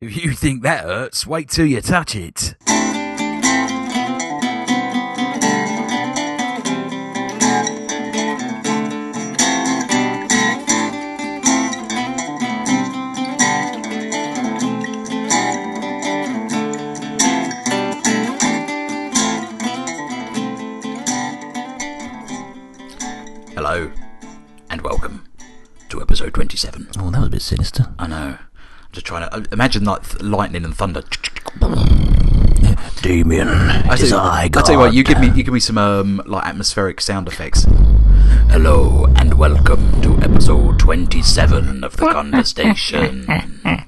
If you think that hurts, wait till you touch it. Hello, and welcome to episode 27. Oh, that was a bit sinister. I know. I'm just trying to uh, imagine like th- lightning and thunder. Damien, I it tell, is you, I, I God. tell you what, you give me you give me some um, like atmospheric sound effects. Hello and welcome to episode twenty-seven of the conversation.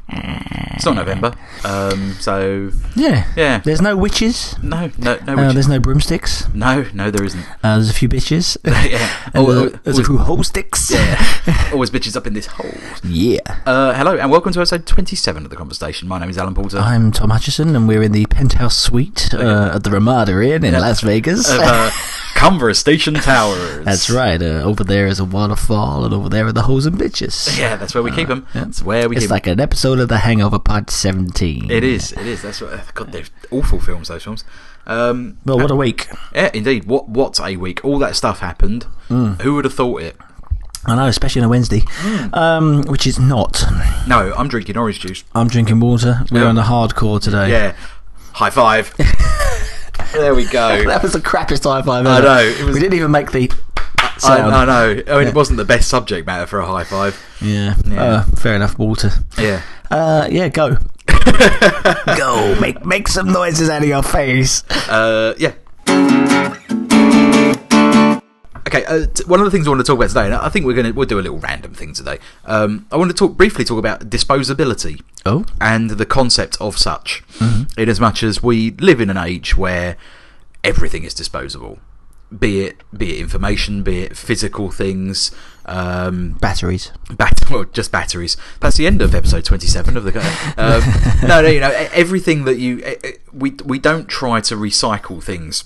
it's not November, um, so Yeah. Yeah. There's no witches. no, no, no, Uh, witches. there's no broomsticks. no, no, there isn't. Uh, there's a few bitches. yeah, Oh, And, Al- uh, there's a always, few hole sticks. yeah. always bitches up in this hole. Yeah. Uh, hello and welcome to episode twenty-seven of the conversation. My name is Alan Porter. I'm Tom Hutchison, and we're in the penthouse suite uh, at the Ramada Inn in Yeah. Las Vegas. of uh, Conversation Towers. That's right. Uh, over there is a waterfall, and over there are the hoes and bitches. Yeah, that's where we keep 'em. keep them. That's where we Uh, It's keep 'em. like an episode of The Hangover Part 17. It is. It is. That's what. uh, God, they're awful films. Those films. Um, Well, what a week. yeah, Eh, indeed. What? What a week. All that stuff happened. Mm. Who would have thought it? I know, especially on a Wednesday, um, which is not. No, I'm drinking orange juice. I'm drinking water. We're Yeah. on the hardcore today. Yeah. High five. there we go. That was the crappiest high five I ever. know, it was- We didn't even make the I, sound. I know. I mean, it wasn't the best subject matter for a high five. Yeah. Yeah. Uh, fair enough, Walter. Yeah. Uh, yeah, go. go. Make make some noises out of your face. Uh, yeah. Okay, uh, t- one of the things I want to talk about today, and I think we're gonna we'll do a little random thing today. Um, I want to talk briefly talk about disposability Oh. and the concept of such, in as much as we live in an age where everything is disposable, be it be it information, be it physical things, um, Batteries. Bat- well, just batteries. That's the end of episode twenty-seven of the. Um, no, no, you know e- everything that you e- e- we we don't try to recycle things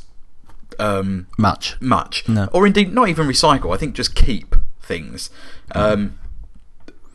um, Much. much, No. or indeed not even recycle. I think just keep things. Um,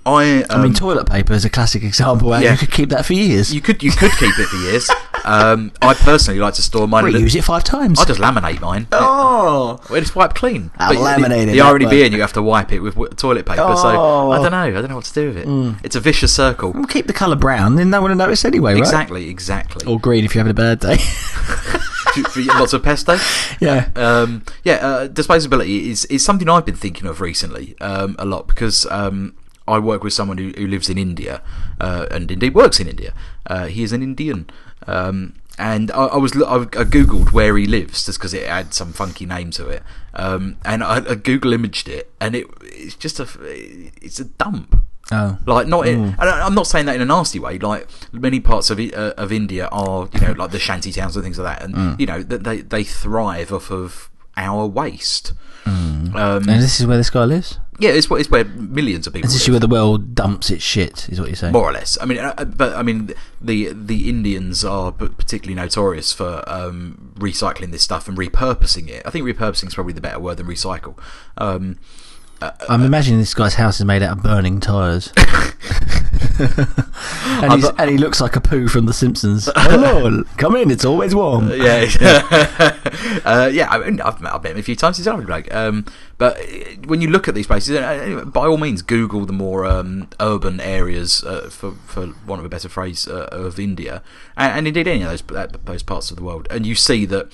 I, um, I mean, toilet paper is a classic example where Yeah. you could keep that for years. you could you could keep it for years. um, I personally like to store mine. in a- Reuse it five times. I just laminate mine. oh. Well, it's wiped clean. Ah, But the- laminated, The, that irony way. being, you have to wipe it with w- toilet paper. So Oh. Mm. I don't know. I don't know what to do with it. It's a vicious circle. We'll keep the colour brown, then no one will notice anyway, right? Oh, Exactly, exactly. Or green if you're having a bad day. Do- for lots of pesto. yeah. Um, yeah, uh, disposability is, is something I've been thinking of recently um, a lot because um, I work with someone who, who lives in India uh, and indeed works in India. Uh, he is an Indian. Um, and I, I was lo- I, I googled where he lives just because it had some funky name to it, um, and I, I Google imaged it, and it it's just a f- it's a dump. Oh. Like not, in, and I- I'm not saying that in a nasty way. Like many parts of I- uh, of India are, you know, like the shanty towns and things like that, and Mm. you know that they they thrive off of our waste. Um, And this is where this guy lives? yeah, it's where, it's where millions of people. This is live, where the world dumps its shit, is what you're saying. more or less. I mean, uh, but I mean the the Indians are p- particularly notorious for um, recycling this stuff and repurposing it. I think repurposing is probably the better word than recycle. Um, I'm imagining this guy's house is made out of burning tyres. and, he's, and he looks like a poo from The Simpsons. Hello, come Uh, in, it's always warm. Uh, yeah, uh, yeah. I mean, I've met, I've met him a few times. He's a lovely bloke. Um, but uh, when you look at these places, uh, anyway, by all means, Google the more um, urban areas, uh, for for want of a better phrase, uh, of India, and, and indeed any of those that, those parts of the world, and you see that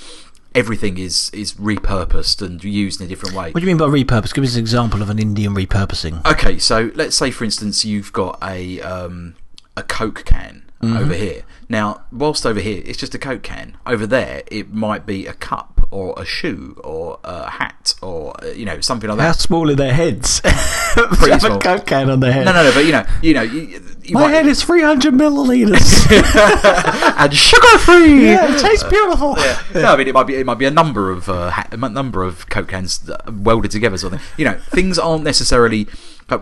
everything is is repurposed and used in a different way. What do you mean by repurpose? Give us an example of an Indian repurposing. Okay, so let's say, for instance, you've got a um, a Coke can Mm-hmm. over here. Now, whilst over here it's just a Coke can, over there it might be a cup or a shoe or a hat or uh, you know something like How that. small are their heads? Pretty Have small. a coke can on their head. No, no, no. But you know, you know, you, you My might- head is 300 millilitres. and sugar free. yeah, it tastes beautiful. Yeah. No, I mean it might be it might be a number of uh, ha- a mon- number of coke cans that are welded together, sort of thing. You know, things aren't necessarily. uh,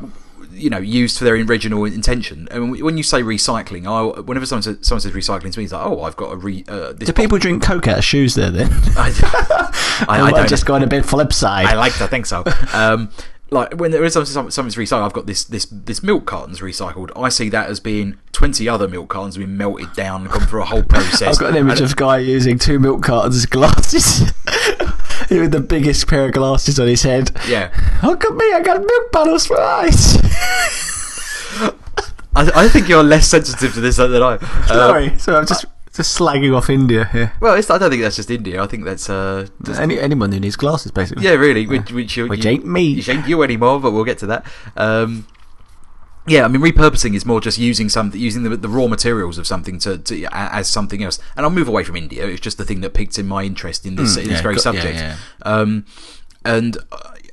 you know, used for their original intention. And when you say recycling, I whenever someone says, someone says recycling to me, it's like, oh, I've got a re. Uh, this Do people drink coke out of shoes there then? I, I, I, I don't just going a bit flip side. I like to think so. Um, like when there is something, something's recycled, I've got this this this milk carton's recycled. I see that as being twenty other milk cartons being melted down and gone through a whole process. I've got an image And- of guy using two milk cartons as glasses. With the biggest pair of glasses on his head. yeah. Look at me, I got milk bottles for ice. I, I think you're less sensitive to this than I. Uh, Sorry, so I'm just just slagging off India here. Well, it's, I don't think that's just India. I think that's uh, just- Any, anyone who needs glasses, basically. yeah, really. Which, which, you, Which you- ain't me. Which ain't you anymore. But we'll get to that. Um, yeah, I mean, repurposing is more just using something, using the, the raw materials of something to, to a- as something else. And I'll move away from India. It's just the thing that piqued in my interest in this, in Hmm, this yeah, very got- yeah, subject. yeah. Um, and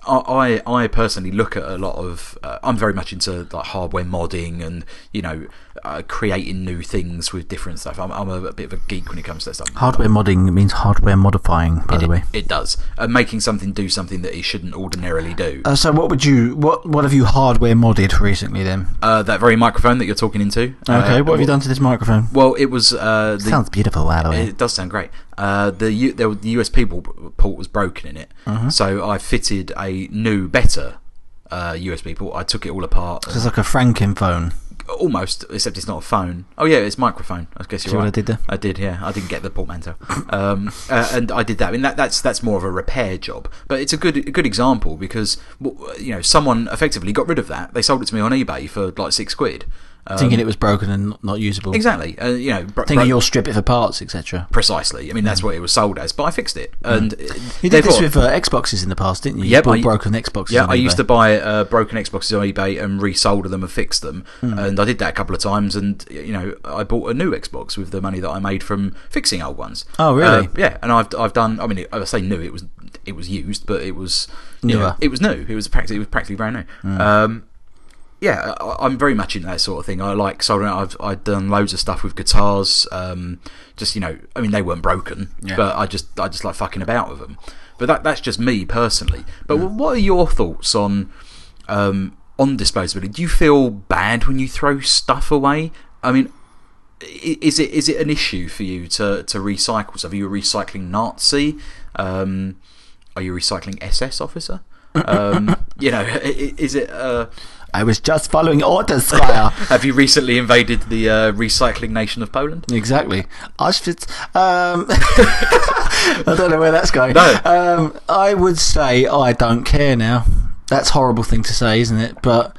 I, I, I personally look at a lot of. Uh, I'm very much into like hardware modding and you know, uh, creating new things with different stuff. I'm, I'm a, bit of a geek when it comes to that stuff. Hardware modding means hardware modifying, by the way. It does. And making something do something that it shouldn't ordinarily do. Uh, so what would you what what have you hardware modded recently then? Uh, that very microphone that you're talking into. Okay, uh, what have you done to this microphone? Well, it was uh, the. Sounds beautiful, by the way. It does sound great. Uh, the U, there, were- the USB pol- port was broken in it, Uh-huh. so I fitted a new, better uh, USB port. I took it all apart, it's like a Frankenphone. almost, except it's not a phone. Oh yeah, it's microphone. I guess See you're what I right. did there? I did, yeah. I didn't get the portmanteau, um, uh, and I did that. I mean, that, that's that's more of a repair job, but it's a good a good example because w- you know someone effectively got rid of that. They sold it to me on eBay for like six quid. Um, Thinking it was broken and not, not usable. exactly, uh, you know, bro- Thinking bro- you'll strip it for parts, etc. precisely. I mean, that's what it was sold as, but I fixed it, and uh, Mm. You did this therefore- with uh, Xboxes in the past, didn't you? You Yep, bought I- broken Xboxes. Yeah, on I used eBay. to buy uh, broken Xboxes on eBay and resolder them and fix them, Mm. and I did that a couple of times. And you know, I bought a new Xbox with the money that I made from fixing old ones. Oh, really? Uh, yeah, and I've I've done. I mean, I say new. It was it was used, but it was you know, Newer. Mm. it was new. It was practically it was practically brand new. Um, yeah, I, I'm very much into that sort of thing. I like soldering. I've I've done loads of stuff with guitars. Um, just you know, I mean, they weren't broken, Yeah. but I just I just like fucking about with them. But that that's just me personally. But Mm. what are your thoughts on um, on disposability? Do you feel bad when you throw stuff away? I mean, i- is it is it an issue for you to to recycle stuff? Are you a recycling Nazi? Um, are you a recycling SS officer? um, you know, i- i- is it? Uh, I was just following orders, sire. have you recently invaded the uh, recycling nation of Poland? Exactly. Auschwitz. Um, I don't know where that's going. No. Um, I would say I don't care now. That's a horrible thing to say, isn't it? But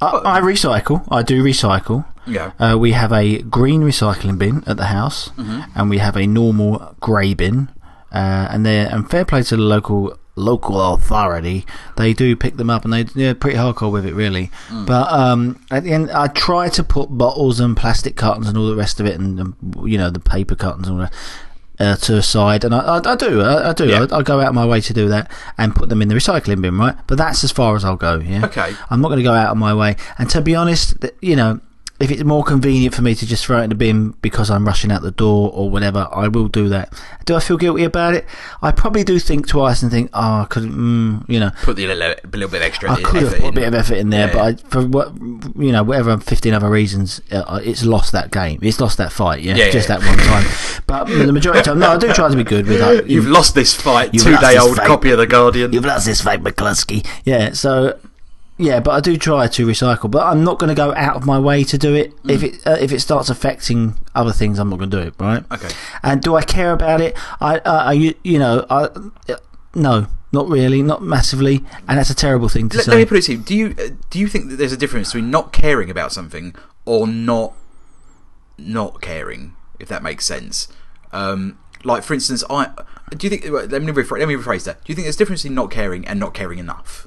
I, I recycle. I do recycle. Yeah. Uh, we have a green recycling bin at the house, Mm-hmm. and we have a normal grey bin. Uh, and they and fair play to the local local authority, they do pick them up, and they they're pretty hardcore with it, really. Mm. But um, at the end, I try to put bottles and plastic cartons and all the rest of it, and, um you know the paper cartons and all that. Uh, to a side, and I, I, I do, I, I do, Yeah. I, I go out of my way to do that and put them in the recycling bin, right? But that's as far as I'll go. Yeah. Okay. I'm not going to go out of my way. And to be honest, th- you know, if it's more convenient for me to just throw it in the bin because I'm rushing out the door or whatever, I will do that. Do I feel guilty about it? I probably do think twice and think, oh, I could, mm, you know, Put the little, little bit of extra I could have effort put a in. bit of effort in there, Yeah. but I, for what, you know, whatever, 15 other reasons, uh, it's lost that game. It's lost that fight, yeah, Yeah, yeah, just yeah. that one time. But the majority of the time, no, I do try to be good with like, You've lost this fight. You've Two lost day this old fight. copy of the Guardian. You've lost this fight, McCluskey. Yeah, so yeah, but I do try to recycle, but I'm not going to go out of my way to do it. Mm. If it uh, if it starts affecting other things, I'm not going to do it. Right? Okay. And do I care about it? I uh, I you, you know I uh, no, not really, not massively, and that's a terrible thing to Let, say. let me put it to you. Do you uh, do you think that there's a difference between not caring about something or not not caring? If that makes sense. Um, like for instance, I do you think? wait, Let me rephrase, let me rephrase that. Do you think there's a difference between not caring and not caring enough?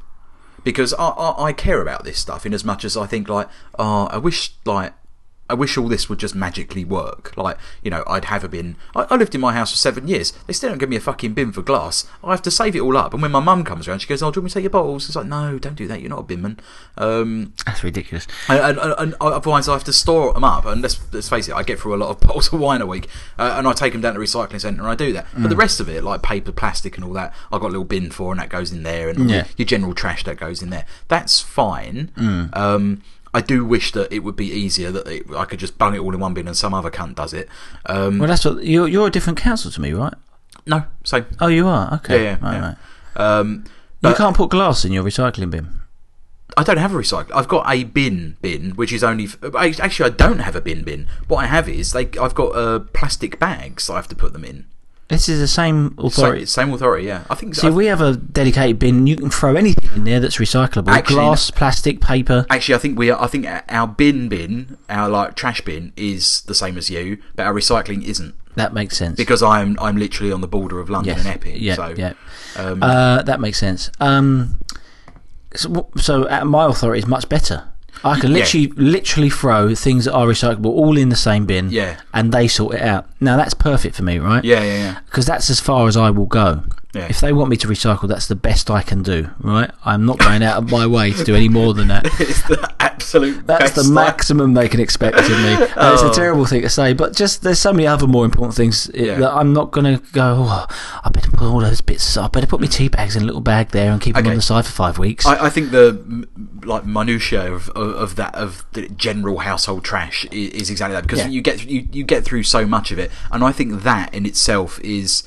Because I, I, I care about this stuff in as much as I think like, oh, I wish like. I wish all this would just magically work. Like, you know, I'd have a bin. I, I lived in my house for seven years. They still don't give me a fucking bin for glass. I have to save it all up. And when my mum comes around, she goes, "Oh, do you want me to take your bottles?" It's like, "No, don't do that. You're not a binman." Um, that's ridiculous. and, and, and otherwise, I have to store them up. And let's, let's face it, I get through a lot of bottles of wine a week, uh, and I take them down to the recycling centre and I do that. But the rest of it, like paper, plastic, and all that, I've got a little bin for, and that goes in there, and Yeah. your, your general trash that goes in there. That's fine. Um, I do wish that it would be easier that it, I could just bung it all in one bin and some other cunt does it. Um, Well, that's what you're you're a different council to me, right? no, same. Oh, you are. Yeah, Okay, yeah, right, yeah. right. Um, you but- can't put glass in your recycling bin. I don't have a recycle. I've got a bin bin, which is only. F- I- actually, I don't have a bin bin. What I have is they. I've got uh, plastic bags. I have to put them in. This is the same authority. Same, same authority. Yeah, I think. See, I- we have a dedicated bin. You can throw anything in there that's recyclable: Actually, glass, plastic, paper. Actually, I think we are. I think our bin bin, our like trash bin, is the same as you, but our recycling isn't That makes sense. because I'm I'm literally on the border of London Yes. and Epping. Yeah, so yeah. Um, uh, that makes sense. Um, so, w- so uh, my authority is much better. I can Yeah. literally, literally throw things that are recyclable all in the same bin, Yeah. and they sort it out. Now that's perfect for me, right? yeah, yeah, yeah. because that's as far as I will go. Yeah. If they want me to recycle, that's the best I can do, right? I'm not going out of my way to do any more than that. It's the absolute. That's best the maximum they can expect of me. And It's Oh. a terrible thing to say, but just there's so many other more important things i- Yeah. that I'm not going to go. Oh, I better put all those bits. I better put my tea bags in a little bag there and keep them Okay. on the side for five weeks. I, I think the m- like minutia of, of, of that of the general household trash is, is exactly that because Yeah. you get you, you get through so much of it, and I think that in itself is.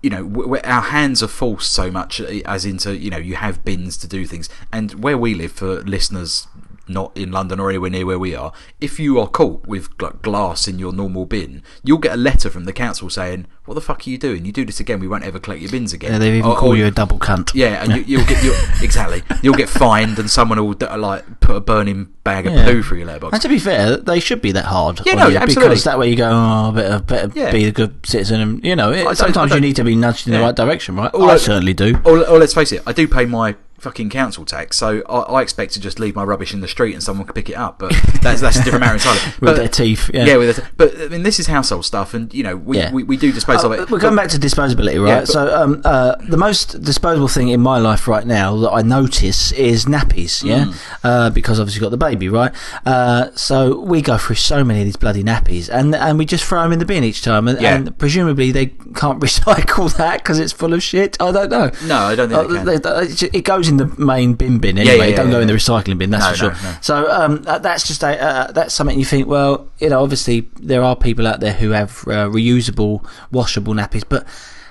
You know, w- w- our hands are forced so much, uh, as into you know, you have bins to do things, and where we live, for listeners not in London or anywhere near where we are, if you are caught with like, glass in your normal bin, you'll get a letter from the council saying, "What the fuck are you doing? You do this again, we won't ever collect your bins again." Yeah, they even Or- call or- you a double cunt. Oh, yeah, and you, you'll get you'll, exactly. You'll get fined, and someone will d- like put a burning bag of Yeah. poo through your And letterbox. to be fair, they should be that hard. Yeah, on no, you, absolutely. Because that way you go, oh, I better, better Yeah. be a good citizen. And, you know, it- don't- I sometimes you don't- need to be nudged in Yeah. the right direction, right? All I I- certainly do. Or, or let's face it, I do pay my fucking council tax, so I, I expect to just leave my rubbish in the street and someone can pick it up. But that's that's a different matter entirely. With But- their teeth, yeah. yeah. with their, but I mean, this is household stuff, and you know, we Yeah. we, we do dispose of Uh, it. We're going back to disposability, right? Yeah, but- so, um, uh, the most disposable thing in my life right now that I notice is nappies, yeah? Mm. Uh, because obviously you've got the baby, right? Uh, so, we go through so many of these bloody nappies and, and we just throw them in the bin each time. And, Yeah. and presumably they can't recycle that because it's full of shit. I don't know. No, I don't think they Uh, can. they- they- it goes in the main bin bin anyway. yeah, it don't yeah, go in the yeah. recycling bin. That's No, for sure. no, no. So um, uh, that's just a, uh, that's something you think. Well, you know, obviously there are people out there who have uh, reusable, washable nappies, but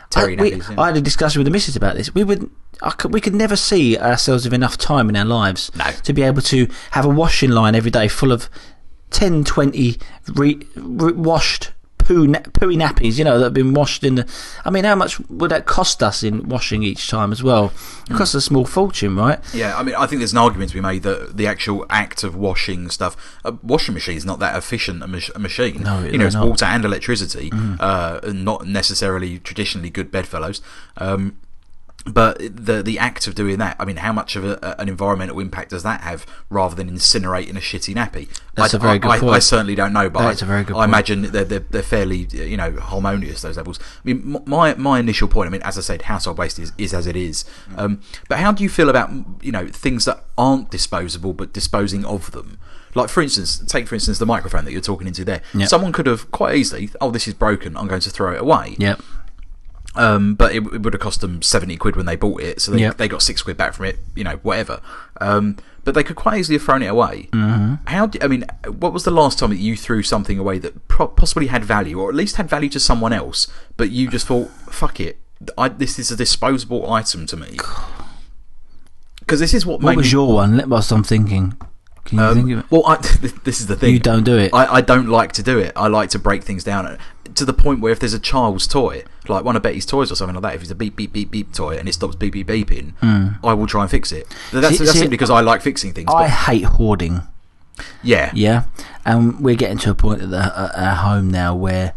Terry I, we- nappies, yeah. I had a discussion with the missus about this. We would. I could, we could never see ourselves with enough time in our lives No. to be able to have a washing line every day full of 10, 20 re, re, washed poo na- pooey nappies, you know, that have been washed in the. I mean, how much would that cost us in washing each time as well? It costs a small fortune, right? Yeah, I mean, I think there's an argument to be made that the actual act of washing stuff, a washing machine is not that efficient a, mach- a machine. No, you know, they're it's not. Mm. water and electricity, uh, and not necessarily traditionally good bedfellows. Um, but the the act of doing that, I mean, how much of a, a- an environmental impact does that have, rather than incinerating a shitty nappy? That's I, a very I- good I- point. I certainly don't know, but That's I- a very good I point. imagine they're, they're they're fairly you know harmonious those levels. I mean, m- my my initial point. I mean, as I said, household waste is, is as it is. Um, but how do you feel about you know things that aren't disposable but disposing of them? Like for instance, take for instance the microphone that you're talking into there. Yeah. Someone could have quite easily, oh, this is broken. I'm going to throw it away. Yep. Um, but it, it would have cost them 70 quid when they bought it, so they, Yeah. they got six quid back from it, you know, whatever. Um, but they could quite easily have thrown it away. Mm-hmm. How do, I mean, what was the last time that you threw something away that pro- possibly had value, or at least had value to someone else, but you just thought, fuck it, I, this is a disposable item to me? Because this is what, What made was me- your one? Let- Whilst I'm thinking, can you think of it? well, I, this is the thing. You don't do it. Um, I, I don't like to do it. I like to break things down to the point where if there's a child's toy, like one of Betty's toys or something like that, if it's a beep beep beep beep toy and it stops beep beep beeping, I will try and fix it. But That's, Hmm. See- that's see, simply because I like fixing things. I But hate hoarding. yeah, Yeah, and we're getting to a point at, the, at our home now where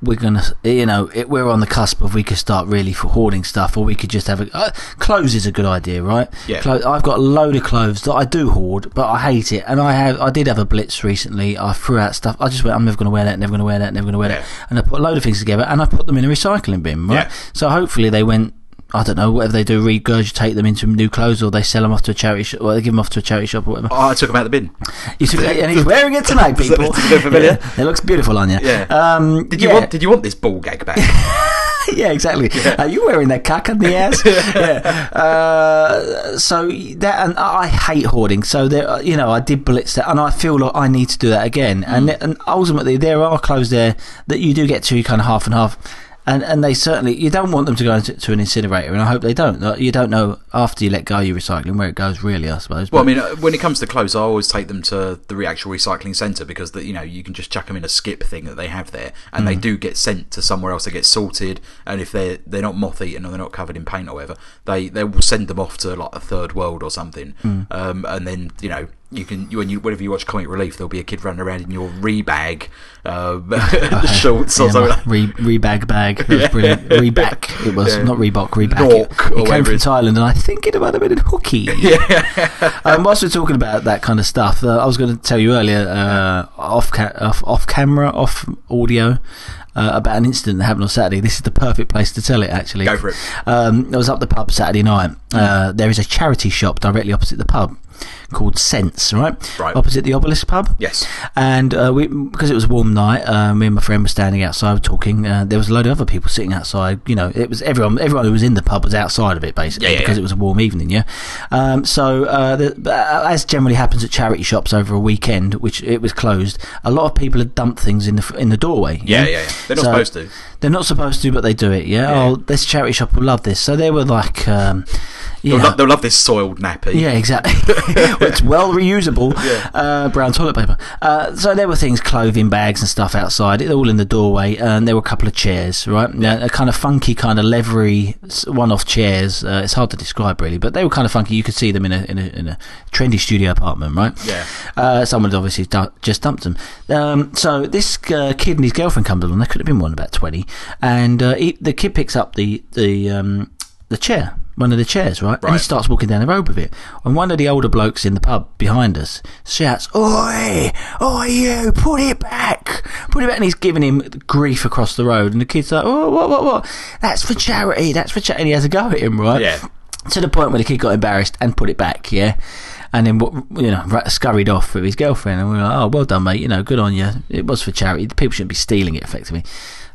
we're gonna, you know, it, we're on the cusp of we could start really for hoarding stuff, or we could just have a uh, clothes is a good idea, right? Yeah. Clo- I've got a load of clothes that I do hoard, but I hate it, and I have, I did have a blitz recently. I threw out stuff. I just went, I'm never gonna wear that, never gonna wear that, never gonna wear Yeah. that, and I put a load of things together, and I put them in a recycling bin, right? Yeah. So hopefully they went. I don't know, whatever they do, regurgitate them into new clothes or they sell them off to a charity shop, or they give them off to a charity shop or whatever. I took them out of the bin. You took it, and he's wearing it tonight, Does that- people. does that look familiar? Yeah, it looks beautiful on you. Yeah. Um, Did you yeah. want? Did you want this ball gag back? yeah, exactly. Are you wearing that cock on the ass? yeah. Uh, so that, and I I hate hoarding. So there, uh, you know, I did blitz that, and I feel like I Mm. need to do that again. And and ultimately, there are clothes there that you do get to kind of half and half. And and they certainly you don't want them to go into to an incinerator, and I hope they don't. Like, You don't know after you let go your recycling where it goes, really. I suppose. Well, I but- mean, uh, when it comes to clothes, I always take them to the actual recycling centre because the, you know you can just chuck them in a skip thing that they have there, and Mm. they do get sent to somewhere else. They get sorted, and if they're they're not moth eaten or they're not covered in paint or whatever, they they will send them off to like a third world or something, Mm. um, and then you know. You can you, when you whenever you watch Comic Relief, there'll be a kid running around in your rebag uh, shorts or Yeah, something. my like- re, rebag bag. That was brilliant. Reback. It was Yeah. not Reebok. Reback. Nork, or it, it whatever came it from is. Thailand, and I think it might have been in hockey. Yeah. um, whilst we're talking about that kind of stuff, uh, I was going to tell you earlier, uh, off, ca- off off camera, off audio, uh, about an incident that happened on Saturday. This is the perfect place to tell it, actually. Go for it. Um, I was up the pub Saturday night. Uh, there is a charity shop directly opposite the pub called Sense, right? Right. Opposite the Obelisk pub. Yes. And uh, we, because it was a warm night, uh, me and my friend were standing outside talking. Uh, there was a load of other people sitting outside. You know, it was everyone. Everyone who was in the pub was outside of it basically Yeah, yeah, because yeah. it was a warm evening. Yeah. Um, so uh, the, but, uh, as generally happens at charity shops over a weekend, which it was closed, a lot of people had dumped things in the f- in the doorway. Yeah, yeah, yeah. They're not So- supposed to. They're not supposed to, but they do it. Yeah. Yeah. Oh, this charity shop will love this. So they were like, um, yeah. They'll, lo- they'll love this soiled nappy. Yeah, exactly. Well, it's well reusable Yeah. uh, brown toilet paper. Uh, so there were things, clothing bags and stuff outside, it- all in the doorway, and there were a couple of chairs, right? Yeah, a kind of funky, kind of leathery s- one-off chairs. Uh, it's hard to describe really, but they were kind of funky. You could see them in a in a, in a trendy studio apartment, right? Yeah. Uh, someone's obviously du- just dumped them. Um, so this uh, kid and his girlfriend comes along. They could have been one about twenty, and uh, he, the kid picks up the the um, the chair, one of the chairs, right? And he Right. starts walking down the road with it. And one of the older blokes in the pub behind us shouts, "Oi, oi, you! Put it back! Put it back!" And he's giving him grief across the road. And the kid's like, "Oh, what, what, what? That's for charity. That's for charity." And he has a go at him, right? Yeah. to the point where the kid got embarrassed and put it back, yeah. And then what you know, ra- scurried off with his girlfriend, and we were like, "Oh, well done, mate. You know, good on you. It was for charity. The People shouldn't be stealing it." Effectively,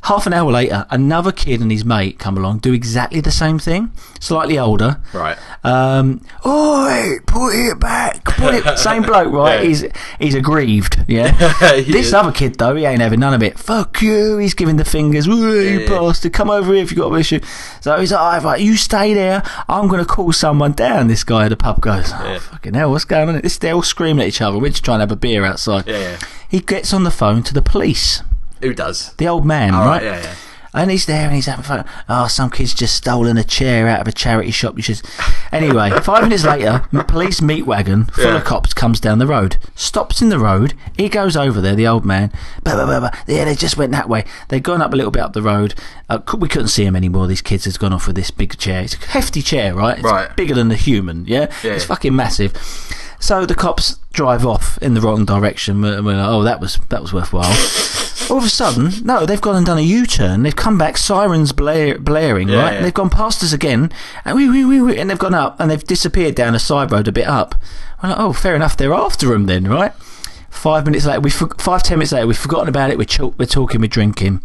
half an hour later, another kid and his mate come along, do exactly the same thing, slightly older. Right. Um, Oi, put it back. Put it. Same bloke, right? Yeah. He's he's aggrieved. Yeah. He this is. other kid though, he ain't having none of it. Fuck you. He's giving the fingers. Woo, you Yeah. bastard. Come over here if you got an issue. So he's like, all right, right, you stay there. I'm gonna call someone down. This guy at the pub goes, oh, Yeah. fucking hell, what's going on? This they're all screaming at each other. We're just trying to have a beer outside. Yeah, yeah. He gets on the phone to the police. Who does? The old man, All right? right, yeah, yeah. And he's there and he's having fun. Oh, some kid's just stolen a chair out of a charity shop. You should. Anyway, five minutes later, m- police meat wagon full Yeah. of cops comes down the road, stops in the road. He goes over there, the old man. Blah, blah, blah, blah. Yeah, they just went that way. They'd gone up a little bit up the road. Uh, cou- we couldn't see him anymore. These kids has gone off with this big chair. It's a hefty chair, right? It's Right. bigger than a human, yeah? Yeah, It's yeah. fucking massive. So the cops drive off in the wrong direction. And we're like, oh, that was that was worthwhile. All of a sudden, no, they've gone and done a U-turn. They've come back, sirens blare, blaring, Yeah, right? yeah. And they've gone past us again, and we, we, we, we, and they've gone up, and they've disappeared down a side road a bit up. I'm like, oh, fair enough. They're after them then, right? Five minutes later, we for- five ten minutes later, we've forgotten about it. We're chil- we're talking, we're drinking.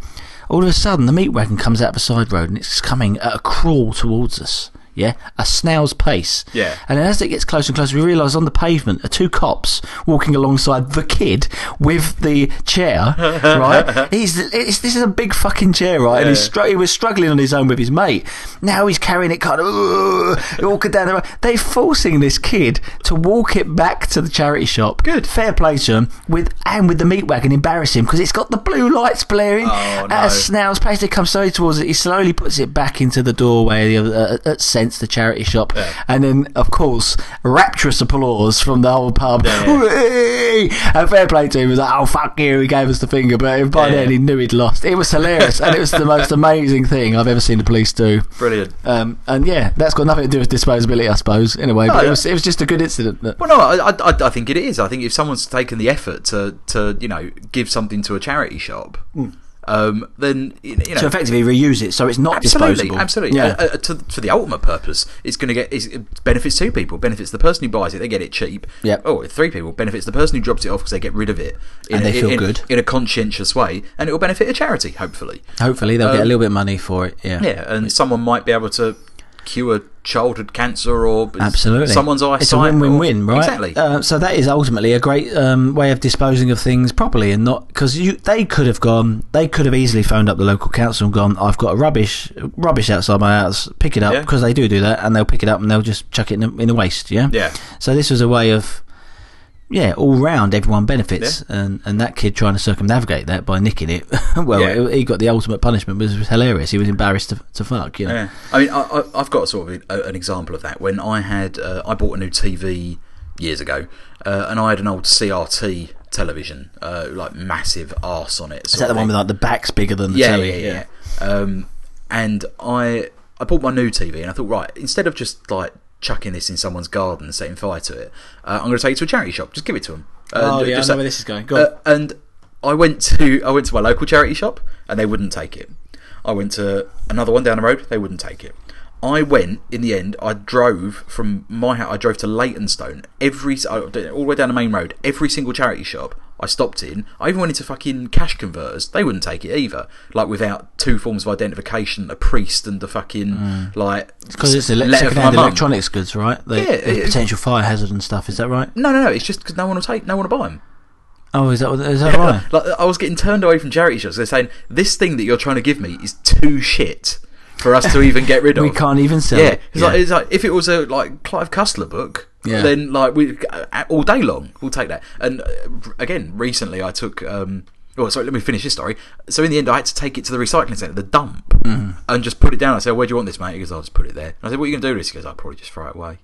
All of a sudden, the meat wagon comes out of a side road, and it's coming at a crawl towards us. Yeah, a snail's pace. Yeah. And then as it gets closer and closer, we realise on the pavement are two cops walking alongside the kid with the chair, right? he's it's, This is a big fucking chair, right? And he's Yeah. str- he was struggling on his own with his mate. Now he's carrying it kind of "Ugh," walking down the road. They're forcing this kid to walk it back to the charity shop. Good. Fair play to him. With, and with the meat wagon, embarrass him because it's got the blue lights blaring Oh, at a no. snail's pace. They come slowly towards it. He slowly puts it back into the doorway of uh, at Sense, the charity shop, Yeah. and then, of course, rapturous applause from the whole pub. Yeah, yeah. Whee! And fair play to him he was like, "Oh fuck you!" He gave us the finger, but by Yeah. then he knew he'd lost. It was hilarious, and it was the most amazing thing I've ever seen the police do. Brilliant. Um, and yeah, that's got nothing to do with disposability, I suppose, in a way. But No, it was it was just a good incident. that- Well, no, I, I- I, I think it is. I think if someone's taken the effort to, to you know, give something to a charity shop, Hmm. um, then you know, to effectively reuse it, so it's not absolutely, disposable. absolutely, Yeah. Uh, uh, to, to the ultimate purpose, it's going to get it's, it benefits two people. Benefits the person who buys it; they get it cheap. Yep. Oh, three people benefits the person who drops it off because they get rid of it, in And a- they feel in- good. in a conscientious way, and it will benefit a charity, hopefully. Hopefully, they'll get a Um, little bit of money for it. Yeah. Yeah, and someone might be able to cure childhood cancer or it's Absolutely. someone's eyesight. It's a win win or- win, right? Exactly. Uh, so that is ultimately a great um, way of disposing of things properly and not because they could have gone, they could have easily phoned up the local council and gone, I've got a rubbish rubbish outside my house, pick it up Yeah. because they do do that and they'll pick it up and they'll just chuck it in the, in the waste, yeah? yeah. So this was a way of, yeah, all round everyone benefits, and and that kid trying to circumnavigate that by nicking it. well, Yeah. he got the ultimate punishment, which was hilarious. He was embarrassed to, to fuck, you know. Yeah, I mean, I, I, I've got sort of e, a, an example of that. When I had, uh, I bought a new TV years ago, uh, and I had an old CRT television, uh, like massive arse on it. Is that the one with like the back's bigger than the yeah, telly? yeah, yeah, Um, and I, I bought my new TV, and I thought, right, instead of just like chucking this in someone's garden and setting fire to it, uh, I'm going to take it to a charity shop. Just give it to them. Oh yeah, I Uh, just know say- where this is going. Go uh, and I went to I went to my local charity shop and they wouldn't take it. I went to another one down the road, they wouldn't take it. I went in the end. I drove from my house. I drove to Leytonstone every s- I- all the way down the main road. Every single charity shop I stopped in. I even went into fucking cash converters. They wouldn't take it either. Like without two forms of identification, a priest and a fucking like because Mm. it's ele- letter from my second-hand mum. electronics goods, right? The, Yeah, the it- potential fire hazard and stuff. Is that right? No, no, no. It's just because no one will take. No one will buy them. Oh, is that what- is that right? Like, I was getting turned away from charity shops. They're saying this thing that you're trying to give me is too shit for us to even get rid of. We can't even sell Yeah, it. it's, Like, it's like if it was a like Clive Cussler book, Yeah. then like we uh, all day long we'll take that. And uh, again, recently I took. Um, well, sorry, let me finish this story. So in the end, I had to take it to the recycling centre, the dump, Mm. and just put it down. I said, "Where do you want this, mate?" He goes, "I'll just put it there." And I said, "What are you going to do with this?" He goes, "I'll probably just throw it away."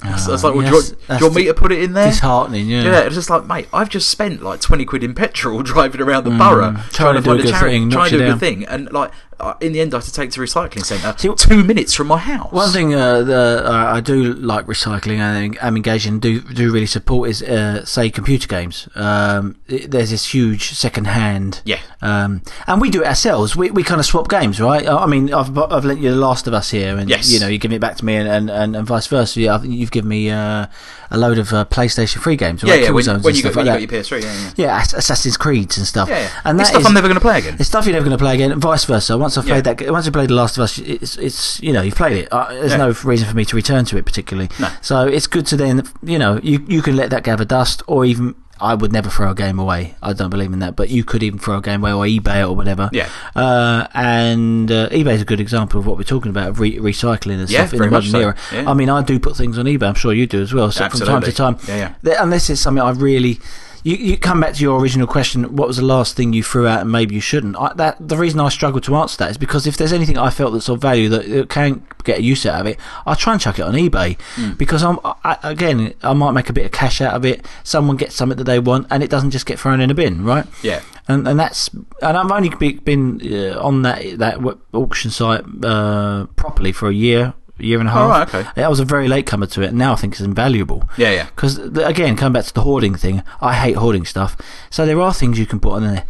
So I was like, well, do you Oh, yes, want- do you want, that's me to put it in there?" disheartening. Yeah. Yeah, it's just like, mate, I've just spent like twenty quid in petrol driving around the borough Mm. Trying to do find a good thing, trying knocks to you do a down. good thing, and like uh, in the end, I had to take to recycling centre See, two minutes from my house. One thing uh, that I I do like recycling and I'm engaged in, do do really support is uh, say computer games. Um, it- there's this huge second hand. Yeah. Um, and we do it ourselves. We, we kind of swap games, right? I I mean, I've bu- I've lent you The Last of Us here, and Yes. you know you give it back to me, and, and, and, and vice versa. Yeah, I've- you've given me uh, a load of uh, PlayStation Free games, yeah, right? yeah. When, Killzones when and you stuff got, when like you that. got your PS3, yeah, yeah. Yeah, Ass- Assassin's Creeds and stuff. yeah, yeah. And it's that stuff is- I'm never going to play again. it's stuff you're never going to play again, and vice versa. Once I've played Yeah. that, once I played The Last of Us, it's it's you know you've played it. Uh, there's Yeah. no reason for me to return to it particularly. No. So it's good to then you know you you can let that gather dust, or even I would never throw a game away. I don't believe in that, but you could even throw a game away or eBay it or whatever. Yeah. Uh, and uh, eBay is a good example of what we're talking about of re- recycling and Yeah, stuff in the very much modern so. era. Yeah. I mean, I do put things on eBay. I'm sure you do as well. So from time to Absolutely. time, Yeah, yeah. Th- unless it's something I really. You, you come back to your original question. What was the last thing you threw out, and maybe you shouldn't? I, that the reason I struggle to answer that is because if there's anything I felt that's of value that, that can get a use out of it, I try and chuck it on eBay because I'm I, again I might make a bit of cash out of it. Someone gets something that they want, and it doesn't just get thrown in a bin, right? Yeah. and and that's and I've only be, been uh, on that that w- auction site uh, properly for a year, year and a half. Oh, right, okay. I was a very late comer to it, and now I think it's invaluable. Yeah, yeah. Because again, coming back to the hoarding thing, I hate hoarding stuff. So there are things you can put on there.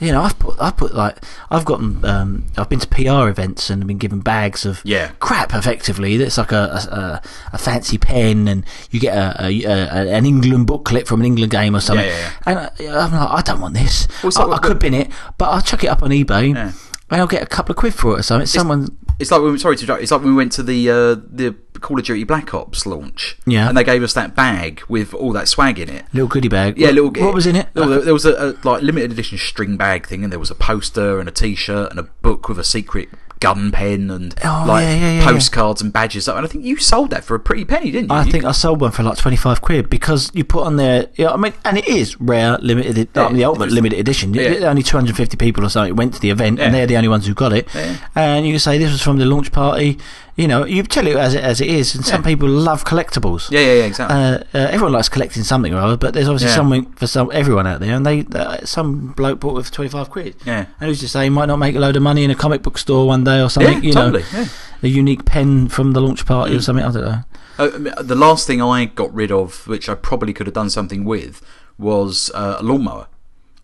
You know, I've put, I have put like, I've gotten, um, I've been to PR events and been given bags of Yeah. crap. Effectively, that's like a a, a, a fancy pen, and you get a, a, a an England booklet from an England game or something. Yeah, yeah, yeah. And I, I'm like, I don't want this. Well, so- I, I could bin it, but I'll chuck it up on eBay, Yeah. and I'll get a couple of quid for it or something. Someone, It's like when we, sorry to interrupt. It's like when we went to the uh, the Call of Duty Black Ops launch. Yeah. and they gave us that bag with all that swag in it. little goodie bag. Yeah, What- little. What was in it? No, there- there was a, a like limited edition string bag thing, and there was a poster and a T-shirt and a book with a secret gun pen and Oh, like yeah, yeah, yeah, yeah. postcards and badges. And I think you sold that for a pretty penny, didn't you? I You- think I sold one for like twenty five quid because you put on there. You know, I mean, and it is rare, limited, ed- Yeah, um, the ultimate it's- limited edition. yeah. Only two hundred fifty people or something went to the event, and Yeah. they're the only ones who got it. Yeah. And you can say this was from the launch party. You know, you tell it as it as it is, and some Yeah. people love collectibles. yeah, yeah, yeah, exactly. Uh, uh, everyone likes collecting something or other, but there's obviously Yeah. something for some everyone out there, and they uh, some bloke bought it for twenty five quid. Yeah. and who's to say he might not make a load of money in a comic book store one day or something? Yeah, you totally, Mm. know, yeah. a unique pen from the launch party or something. I don't know. Uh, I mean, the last thing I got rid of, which I probably could have done something with, was uh, a lawnmower.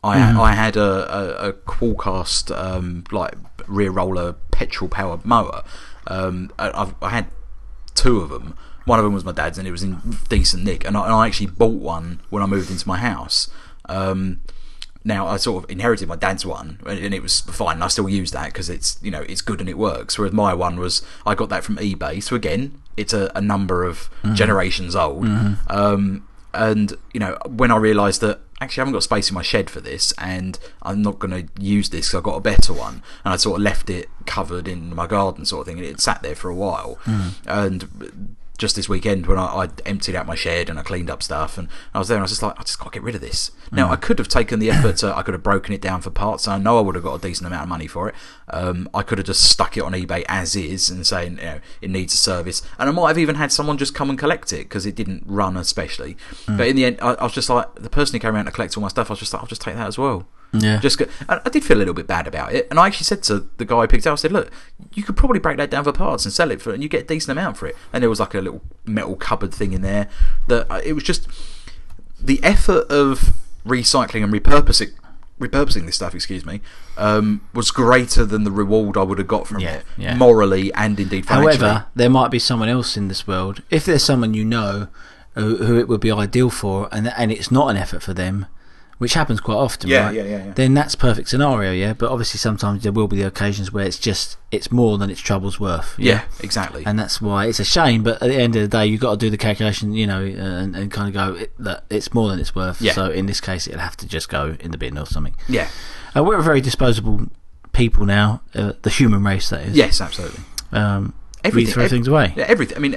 I Mm. I had a a, a Qualcast um, like rear roller petrol powered mower. Um, I, I've, I had two of them. One of them was my dad's, and it was in decent nick. And I, and I actually bought one when I moved into my house. Um, Now I sort of inherited my dad's one, and, and it was fine. And I still use that because it's you know it's good and it works. Whereas my one was I got that from eBay. So again, it's a, a number of generations old. Um, and you know when I realised that actually I haven't got space in my shed for this, and I'm not going to use this because I've got a better one, and I sort of left it covered in my garden sort of thing, and it sat there for a while. And just this weekend when I, I emptied out my shed and I cleaned up stuff and I was there and I was just like, I just got to get rid of this. Now I could have taken the effort to, I could have broken it down for parts. I know I would have got a decent amount of money for it. Um, I could have just stuck it on eBay as is and saying, you know, it needs a service. And I might have even had someone just come and collect it because it didn't run especially. But in the end, I, I was just like, the person who came around to collect all my stuff, I was just like, I'll just take that as well. Yeah. Just, go- and I did feel a little bit bad about it, and I actually said to the guy I picked up, I said, "Look, you could probably break that down for parts and sell it for, and you get a decent amount for it." And there was like a little metal cupboard thing in there that I- it was just the effort of recycling and repurposing, repurposing this stuff. Excuse me, um, was greater than the reward I would have got from Yeah, it, yeah. morally and indeed financially. However, there might be someone else in this world. If there's someone you know who, who it would be ideal for, and and it's not an effort for them, which happens quite often, Yeah, right? yeah, yeah, yeah. Then that's perfect scenario, yeah. But obviously, sometimes there will be the occasions where it's just it's more than its trouble's worth. yeah, exactly. And that's why it's a shame, but at the end of the day, you've got to do the calculation, you know, and, and kind of go it, that it's more than it's worth. Yeah. So in this case, it'll have to just go in the bin or something. yeah, Uh, we're a very disposable people now, uh, the human race, that is. yes, absolutely. Um, Everything- we throw ev- things away. Yeah, everything. I mean,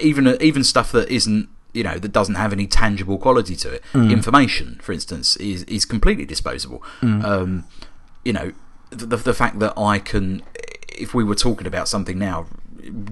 even even stuff that isn't you know that doesn't have any tangible quality to it. Information, for instance, is is completely disposable. Mm. Um, you know, the, the the fact that I can, if we were talking about something now,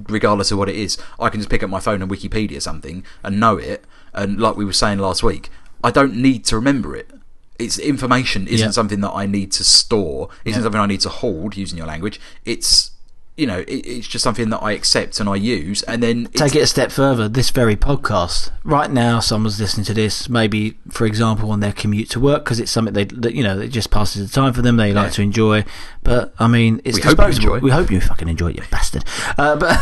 regardless of what it is, I can just pick up my phone and Wikipedia something and know it. And like we were saying last week, I don't need to remember it. It's information isn't Yeah. something that I need to store. Isn't something I need to hold. Using your language, it's you know, it, it's just something that I accept and I use, and then it's, take it a step further. This very podcast, right now, someone's listening to this. Maybe, for example, on their commute to work because it's something they, that, you know, it just passes the time for them. They Yeah. like to enjoy, but I mean, it's We hope you disposable. enjoy. we hope you fucking enjoy it, you bastard. Uh, but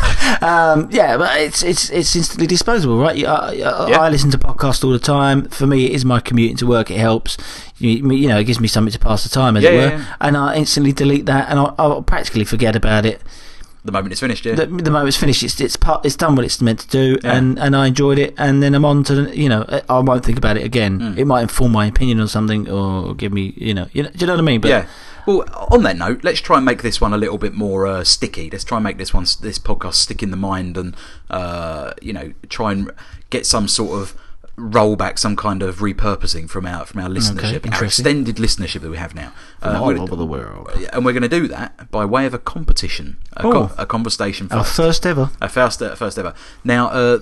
um, yeah, but it's it's it's instantly disposable, right? You- I, I, Yeah. I listen to podcasts all the time. For me, it is my commute into work. It helps. You, you know, it gives me something to pass the time, as Yeah, it yeah, were. yeah. And I instantly delete that, and I, I'll practically forget about it the moment it's finished. Yeah, the, the moment it's finished, it's it's part, it's done what it's meant to do, Yeah. and, and I enjoyed it, and then I'm on to the, you know I- I won't think about it again. Mm. It might inform my opinion on something or give me you know you know, do you know what I mean? But yeah. Well, on that note, let's try and make this one a little bit more uh, sticky. Let's try and make this one, this podcast, stick in the mind, and uh, you know, try and get some sort of rollback, some kind of repurposing from our from our listenership, our interesting. extended listenership that we have now. Uh, all we're gonna- over the world, and we're going to do that by way of a competition, a, Oh. co- a conversation. our first. first ever. A first, uh, first ever. Now, uh,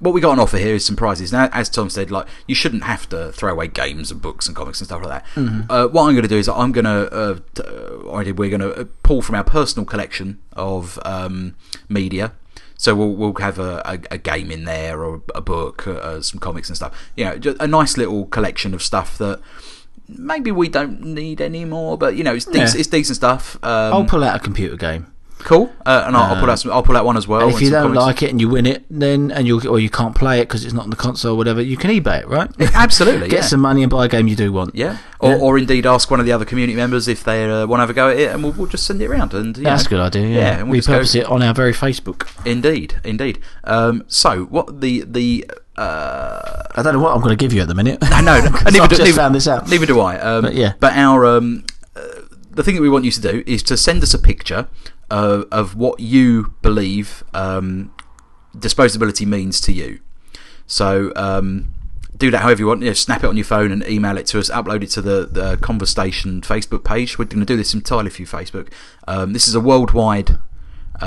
what we got on offer here is some prizes. Now, as Tom said, like you shouldn't have to throw away games and books and comics and stuff like that. Mm-hmm. Uh, what I'm going to do is I'm going to, uh, t- uh, or indeed we're going to pull from our personal collection of um, media. So we'll we'll have a, a, a game in there or a book, uh, some comics and stuff. You know, just a nice little collection of stuff that maybe we don't need anymore, but you know, it's decent, Yeah. it's decent stuff. Um, I'll pull out a computer game, cool, uh, and I'll, I'll pull out some, I'll pull out one as well. and if Oh, and you some don't comics. like it and you win it, then and you or you can't play it because it's not on the console or whatever, you can eBay it, right? Absolutely. Get yeah. some money and buy a game you do want. Yeah. Or, or indeed ask one of the other community members if they uh, want to have a go at it and we'll, we'll just send it around. And, you That's a know, good idea. Yeah, Yeah, and we'll just go- repurpose it on our very Facebook. Indeed, indeed. Um, so, what the. the uh, I don't know what I'm going to give you at the minute. I know. no, I've neither, do- just neither- found this out. Neither do I. Um, But yeah. But our. Um, uh, the thing that we want you to do is to send us a picture of, of what you believe um, disposability means to you. So um, do that however you want. You know, snap it on your phone and email it to us. Upload it to the, the Conversation Facebook page. We're going to do this entirely through Facebook. Um, this is a worldwide. Uh,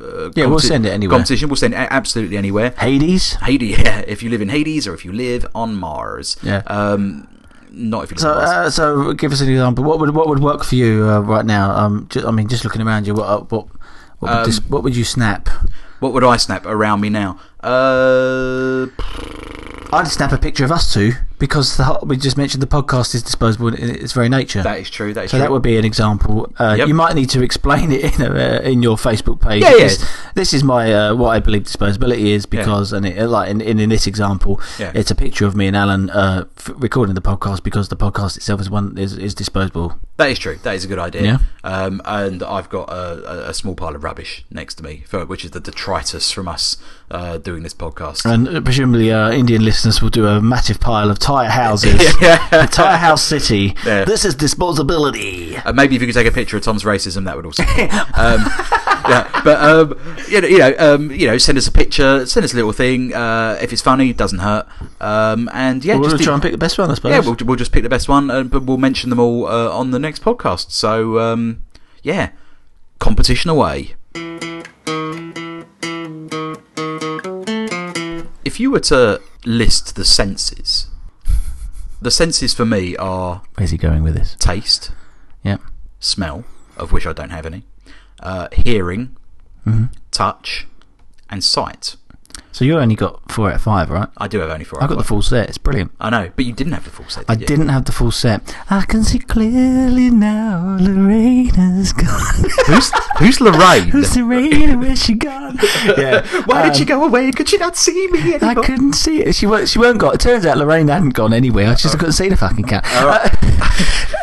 uh, Yeah, we'll send it anywhere. Competition. We'll send it a- absolutely anywhere. Hades. Hades, yeah. If you live in Hades or if you live on Mars. Yeah. Um, not if you live So, on Mars. uh, so give us an example. What would what would work for you uh, right now? Um, ju- I mean, just looking around you, what uh, what what, would, Um, dis- what would you snap? what would I snap around me now? Uh, I'd snap a picture of us two because the, whole- we just mentioned the podcast is disposable in its very nature. That is true. That is so true. that would be an example. Uh, Yep. You might need to explain it in a, uh, in your Facebook page. Yeah, yeah. This, this is my uh, what I believe disposability is because, and it, like in, in, in this example, Yeah. it's a picture of me and Alan uh, f- recording the podcast because the podcast itself is one is, is disposable. That is true. That is a good idea. Yeah. Um, and I've got a, a, a small pile of rubbish next to me, for, which is the detritus from us uh, doing this podcast. And uh, presumably, uh, Indian listeners will do a massive pile of tire houses. Yeah. The tire house city. Yeah. This is disposability. Uh, maybe if you could take a picture of Tom's racism, that would also. Help. Um, yeah, but um, you know, you know, um, you know, send us a picture, send us a little thing. Uh, if it's funny, doesn't hurt. Um, and yeah, we'll just try and pick the best one, I suppose. yeah, we'll, we'll just pick the best one, uh, but we'll mention them all uh, on the next podcast. So um, yeah, competition away. If you were to list the senses, the senses for me are Where's he going with this? taste, Yeah. smell, of which I don't have any, uh, hearing, hmm touch, and sight. So you only got four out of five, right? I do have only four. I got the full set. It's brilliant. I know, but you didn't have the full set. I you? didn't have the full set. I can see clearly now Lorena's gone. Who's who's Lorraine? Who's Lorena? Where's she gone? Yeah. Why did um, she go away? Could she not see me I anymore? couldn't see it. She weren't. She weren't got. It turns out Lorraine hadn't gone anywhere. I Oh. just couldn't see the fucking cat.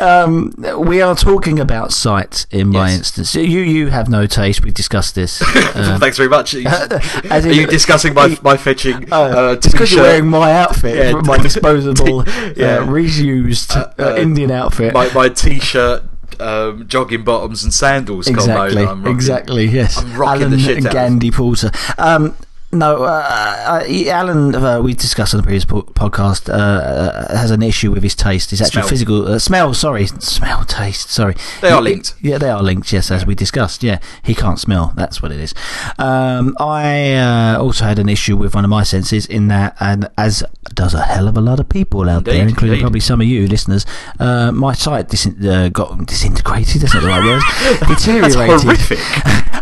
um, we are talking about sight in my Yes. instance. You you have no taste. We discussed this. Um, Thanks very much. as Are in- you discussing my my fetching? Uh, just because Oh, t-shirt, you're wearing my outfit, Yeah. my disposable, Yeah. uh, reused uh, Uh, uh, Indian outfit. my my t-shirt, um, jogging bottoms and sandals. exactly, Combo that I'm rocking. exactly. Yes, I'm rocking Alan the shit out of Gandhi Porter. Um, no, uh, uh, Alan. Uh, we discussed on the previous po- podcast. Uh, uh, has an issue with his taste, his actual Smell. physical uh, smell. Sorry, smell, taste. Sorry, They are He- linked. Yeah, they are linked. Yes, as we discussed. Yeah, he can't smell. That's what it is. Um, I uh, also had an issue with one of my senses in that, and as does a hell of a lot of people out there, Indeed, including indeed. probably some of you listeners, uh, my sight disin- uh, got disintegrated. That's not the right word. That's Deteriorated. horrific.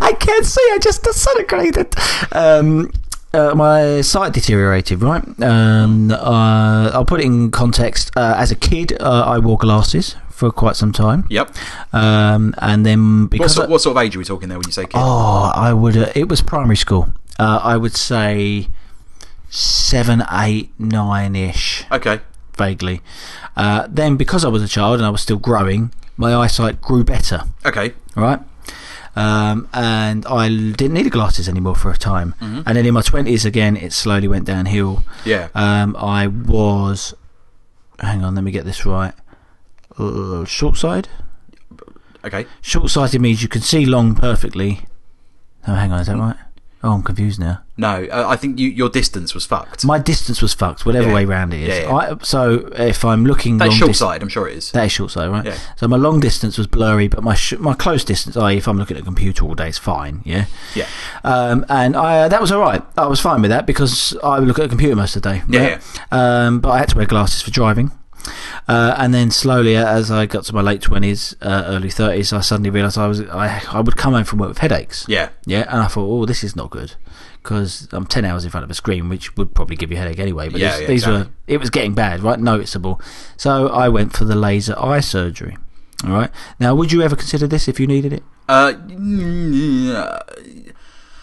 I can't see. I just disintegrated. Um, uh, my sight deteriorated, right? Um, uh, I'll put it in context. Uh, as a kid, uh, I wore glasses for quite some time. Yep. Um, and then What because sort, what sort of age are we talking there when you say kid? oh, I would. Uh, it was primary school. Uh, I would say seven, eight, nine ish, Okay. vaguely. Uh, then because I was a child and I was still growing, my eyesight grew better. Okay. Right. Um, and I l- didn't need glasses anymore for a time. Mhm. And then in my twenties again, it slowly went downhill. Yeah. Um, I was, hang on, let me get this right. Uh, short sighted. Okay. Short sighted means you can see long perfectly. Oh, hang on, is that Hmm. right? Oh, I'm confused now. No, uh, I think you, your distance was fucked. My distance was fucked, whatever Yeah. way round it is. Yeah, yeah. I, so if I'm looking That's long short dis- sighted. I'm sure it is. that is short sight, right? Yeah. So my long distance was blurry, but my sh- my close distance, i.e., if I'm looking at a computer all day, is fine. Yeah. Yeah. Um, and I that was all right. I was fine with that because I would look at a computer most of the day. Yeah, right? Um, but I had to wear glasses for driving. Uh, and then slowly, uh, as I got to my late twenties, uh, early thirties, I suddenly realised I was I, I would come home from work with headaches. Yeah. Yeah, and I thought, oh, this is not good because I'm 10 hours in front of a screen, which would probably give you a headache anyway. But Yeah, these, yeah, these were, exactly. it was getting bad, right? Noticeable. So I went for the laser eye surgery. All right. Now, would you ever consider this if you needed it? Uh, mm, uh,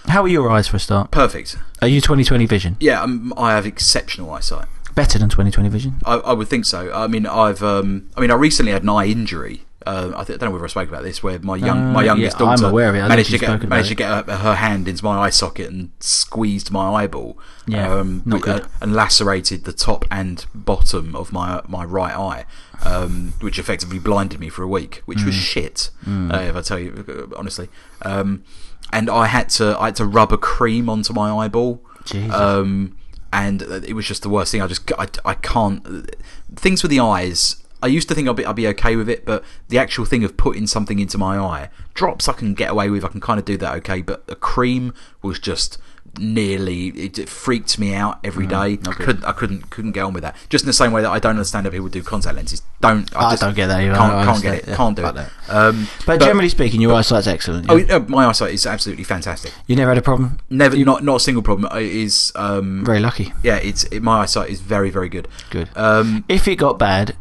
How are your eyes for a start? perfect. Are you 2020 vision? Yeah, um, I have exceptional eyesight. Better than 2020 vision? I, I would think so. I mean, I've, um, I mean, I recently had an eye injury. Uh, I, th- I don't know whether I spoke about this, where my young, Uh, my youngest yeah, I'm daughter aware of it. I managed to think you've get spoken managed to about get her, her hand into my eye socket and squeezed my eyeball. Yeah, not wi- uh, good. and lacerated the top and bottom of my my right eye, um, which effectively blinded me for a week, which Mm. was shit. Uh, if I tell you uh, honestly, um, and I had to I had to rub a cream onto my eyeball. Jesus. Um, and uh, it was just the worst thing. I just I, I can't things with the eyes. I used to think I'd be, I'd be okay with it, but the actual thing of putting something into my eye, drops I can get away with. I can kind of do that okay, but a cream was just nearly it, it freaked me out every day. okay. I couldn't I couldn't couldn't get on with that. Just in the same way that I don't understand how people do contact lenses. Don't I, I just don't get that either. Can't, I can't get understand. it. Yeah, can't do fuck it. Um, But, generally speaking, your eyesight's excellent. oh, yeah. uh, my eyesight is absolutely fantastic. you never had a problem. Never not not a single problem. It is um, Very lucky. yeah. It's it, my eyesight is very very good. Good. Um, If it got bad,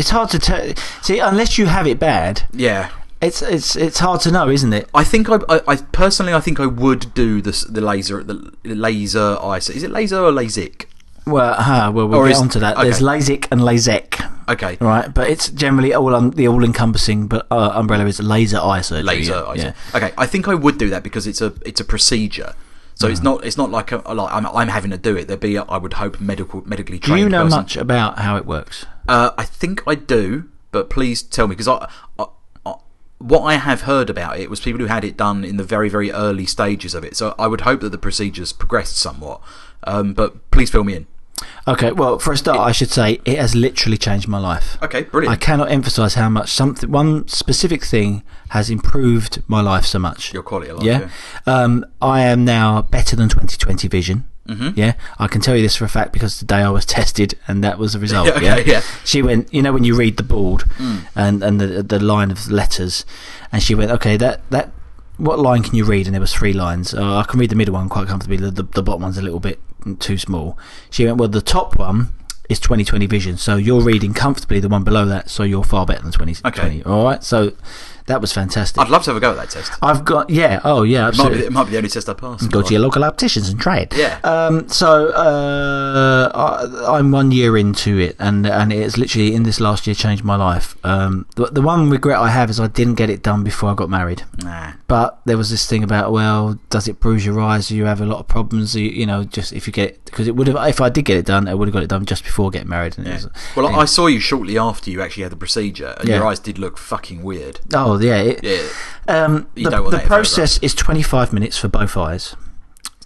it's hard to tell. See, unless you have it bad, yeah. it's it's it's hard to know, isn't it? I think I, I, I personally I think I would do this the laser the laser eyesight. Is it laser or LASIK? Well, huh, well, we'll Or get is- onto that. There's okay. LASIK and LASIK, Okay. right? But it's generally all un- the all-encompassing. But uh, umbrella is laser eye surgery. laser yeah, eyesight. yeah. Okay, I think I would do that because it's a it's a procedure. So it's Uh-huh. not it's not like a, like I'm, I'm having to do it. There'd be a, I would hope medical medically Do trained. you know person. much about how it works? Uh, I think I do, but please tell me because I, I, I what I have heard about it was people who had it done in the very very early stages of it. So I would hope that the procedures progressed somewhat. Um, but please fill me in. Okay, well, for a start, I should say it has literally changed my life. Okay, I brilliant. cannot emphasize how much something one specific thing has improved my life so much. Your quality of life. yeah. Um, I am now better than 2020 vision. Mhm. Yeah, I can tell you this for a fact because today I was tested and that was the result. Yeah, okay, yeah. Mm. She went, you know, when you read the board and, and the, the line of letters, and she went, okay, that, that, what line can you read? And there was three lines. Oh, I can read the middle one quite comfortably. The, the, the bottom one's a little bit too small. She went, well, the top one is 2020 vision, so you're reading comfortably the one below that, so you're far better than 2020. All right, so that was fantastic. I'd love to have a go at that test. I've got yeah. Oh yeah, It might, be, absolutely. it might be the only test I passed. Go to your local opticians and try it. Yeah. Um. So uh, I, I'm one year into it, and and it's literally in this last year changed my life. Um. The, the one regret I have is I didn't get it done before I got married. Nah. But there was this thing about well, does it bruise your eyes? Do you have a lot of problems? Do you, you know, just if you get because it would have if I did get it done, I would have got it done just before getting married. And it Yeah. was, Well, yeah. I saw you shortly after you actually had the procedure, and your Yeah. eyes did look fucking weird. oh yeah. It, Yeah, Um. You the don't want the that if I was right. process is 25 minutes for both eyes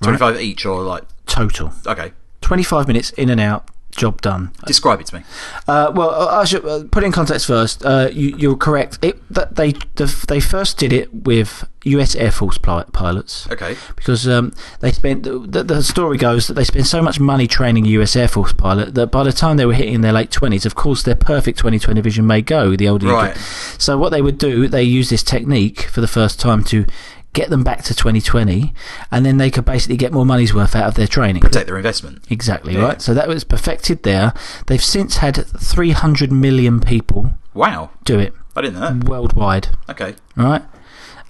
twenty-five each, or like total. okay. 25 minutes in and out job done Describe it to me. uh, well uh, i should uh, put it in context first uh, you, you're correct it, that they the, they first did it with us air force pli- pilots Okay, because um, they spent the, the story goes that they spent so much money training a us air force pilot that by the time they were hitting their late 20s of course their perfect 2020 vision may go the older you right. get so what they would do they use this technique for the first time to get them back to 2020 and then they could basically get more money's worth out of their training Protect their investment. Exactly Yeah. right. So that was perfected there. They've since had 300 million people Wow, do it I didn't know. that. worldwide, Okay, right?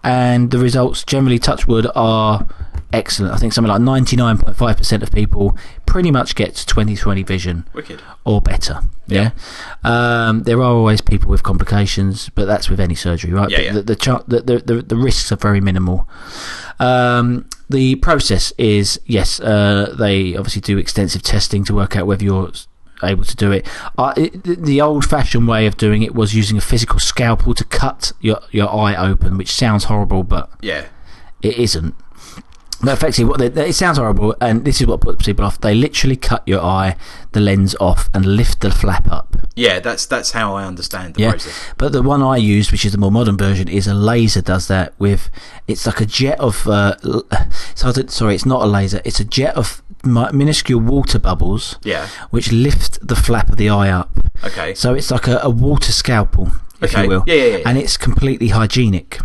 And the results, generally, touchwood, are excellent. I think something like 99.5% of people pretty much get 2020 vision wicked. or better. Yeah. Um, there are always people with complications, but that's with any surgery, right? Yeah, But yeah. The, the, cha- the, the, the, the risks are very minimal. Um, the process is yes, uh, they obviously do extensive testing to work out whether you're s- able to do it. Uh, it the- the old fashioned way of doing it was using a physical scalpel to cut your, your eye open, which sounds horrible, but Yeah, it isn't. But effectively, what they, they- it sounds horrible, and this is what puts people off. They literally cut your eye, the lens off, and lift the flap up. yeah. That's that's how I understand the Yeah. process. But the one I used, which is the more modern version, is a laser. Does that with? It's like a jet of. Uh, l- it's hard to- sorry, it's not a laser. It's a jet of mi- minuscule water bubbles, Yeah. which lift the flap of the eye up. Okay. So it's like a, a water scalpel, if Okay. you will, Yeah, yeah, yeah. and it's completely hygienic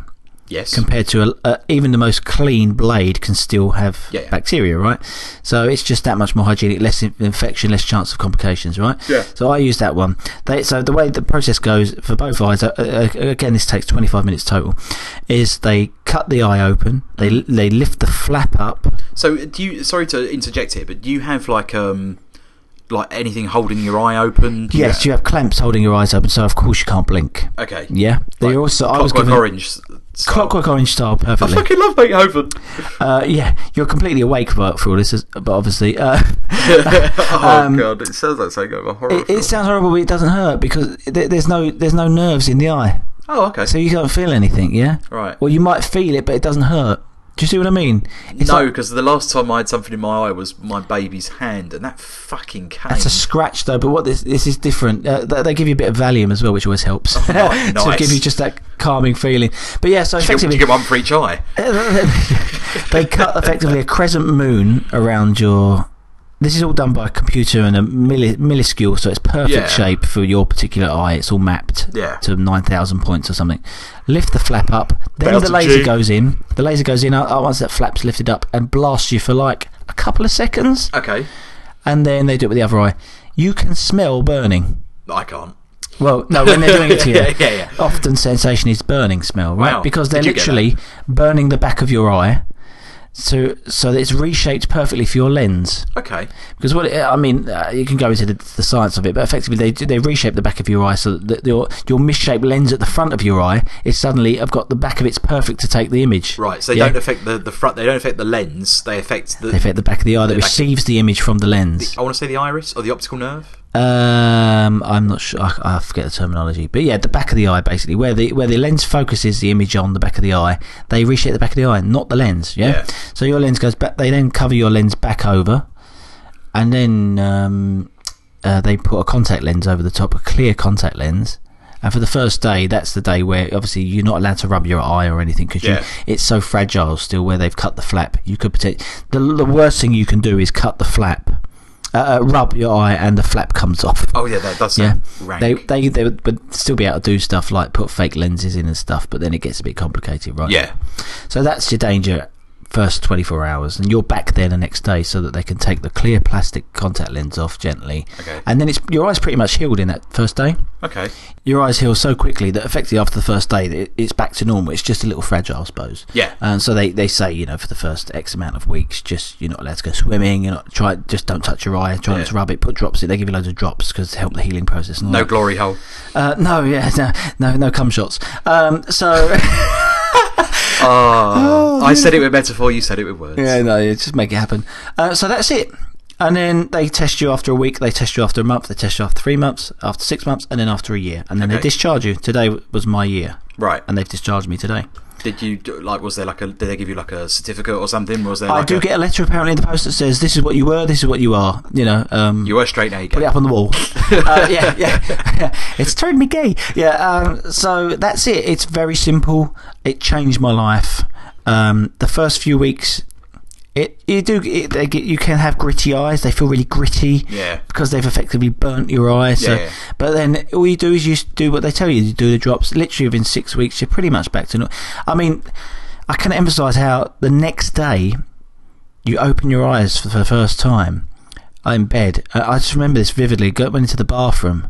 yes. compared to a, a, even the most clean blade can still have Yeah. bacteria, right? So it's just that much more hygienic, less in- infection, less chance of complications, right? Yeah. So I use that one. They, so the way the process goes for both eyes, uh, uh, again, this takes 25 minutes total, is they cut the eye open, they Mm-hmm. they lift the flap up. so do you? Sorry to interject here, but do you have like um like anything holding your eye open? Do you Yes, you have clamps holding your eyes open, so of course you can't blink. have- okay. Yeah, they Like also I was Clockwork given orange. s- style. Oh, clockwork orange style I perfectly. fucking love Beethoven. Uh, yeah, you're completely awake for, for all this, is- but obviously. Uh, oh Um, god, it sounds like something out of a horror It, film. it sounds horrible, but it doesn't hurt because th- there's no there's no nerves in the eye, Oh, okay. so you can't feel anything. Yeah. Right. Well, you might feel it, but it doesn't hurt. Do you see what I mean? It's No, like- because the last time I had something in my eye was my baby's hand, and that fucking came. that's a scratch though. But what this this is different. Uh, they, they give you a bit of Valium as well, which always helps nice. to give you just that calming feeling. But yeah, so you, get, effectively, you get one for each eye. yeah, they cut effectively a crescent moon around your. This is all done by a computer and a milli, minuscule, so it's perfect Yeah. shape for your particular eye. It's all mapped Yeah. to 9,000 points or something. Lift the flap up, then Bounce the a laser G. goes in. The laser goes in uh, uh, once that flap's lifted up and blasts you for like a couple of seconds, Okay. and then they do it with the other eye. You can smell burning. I can't. Well, no, when they're doing it to you. yeah, yeah, yeah. often sensation is burning smell, right? Wow. Because they're Did you get literally burning the back of your eye, so so that it's reshaped perfectly for your lens. Okay. Because what it, I mean, uh, you can go into the, the science of it, but effectively they do- they reshape the back of your eye so that your your misshaped lens at the front of your eye is suddenly I've got the back of it's perfect to take the image. Right. So they Yeah. don't affect the, the front. They don't affect the lens. They affect the. They affect the back of the eye that The back- receives the image from the lens. I want to say the iris or the optical nerve. Um, I'm not sure. I, I forget the terminology, but yeah, the back of the eye, basically, where the where the lens focuses the image on the back of the eye, they reshape the back of the eye, not the lens. Yeah. Yeah. So your lens goes back. They then cover your lens back over, and then um, uh, they put a contact lens over the top, a clear contact lens. And for the first day, that's the day where obviously you're not allowed to rub your eye or anything because Yeah. it's so fragile still. Where they've cut the flap, you could protect. The, the worst thing you can do is cut the flap, uh, uh, rub your eye, and the flap comes off. Oh yeah, that does Yeah, sound rank. They, they they would would still be able to do stuff like put fake lenses in and stuff, but then it gets a bit complicated, right? yeah. So that's your danger first 24 hours, and you're back there the next day so that they can take the clear plastic contact lens off gently. Okay. And then it's your eyes pretty much healed in that first day. Okay. Your eyes heal so quickly that effectively after the first day, it, it's back to normal. It's just a little fragile, I suppose. Yeah. And so they, they say, you know, for the first X amount of weeks, just you're not allowed to go swimming. You're not try, just don't touch your eye. Try Yeah. not to rub it. Put drops in. They give you loads of drops because to help the healing process. And all No that. glory hole. Uh, no, yeah, no, no, no cum shots. Um, so Oh, I said it with metaphor. You said it with words. yeah, no, you just make it happen. Uh, so that's it. And then they test you after a week. They test you after a month. They test you after three months, after six months, and then after a year. And then they Okay. discharge you. Today was my year, Right. and they've discharged me today. Did you do- like? Was there like a? Did they give you like a certificate or something? Was there? I Like do a, get a letter apparently in the post that says, "This is what you were. This is what you are." You know, um, You were straight now. You put it up on the wall. uh, yeah, yeah. it's turned me gay. Yeah. Um, so that's it. It's very simple. It changed my life. Um, the first few weeks, it you do it, they get you can have gritty eyes. They feel really gritty. Yeah. Because they've effectively burnt your eyes. So, Yeah, yeah. But then all you do is you do what they tell you. You do the drops. Literally within six weeks, you're pretty much back to normal. I mean, I can emphasise how the next day you open your eyes for the first time in bed. I I just remember this vividly. Go, went into the bathroom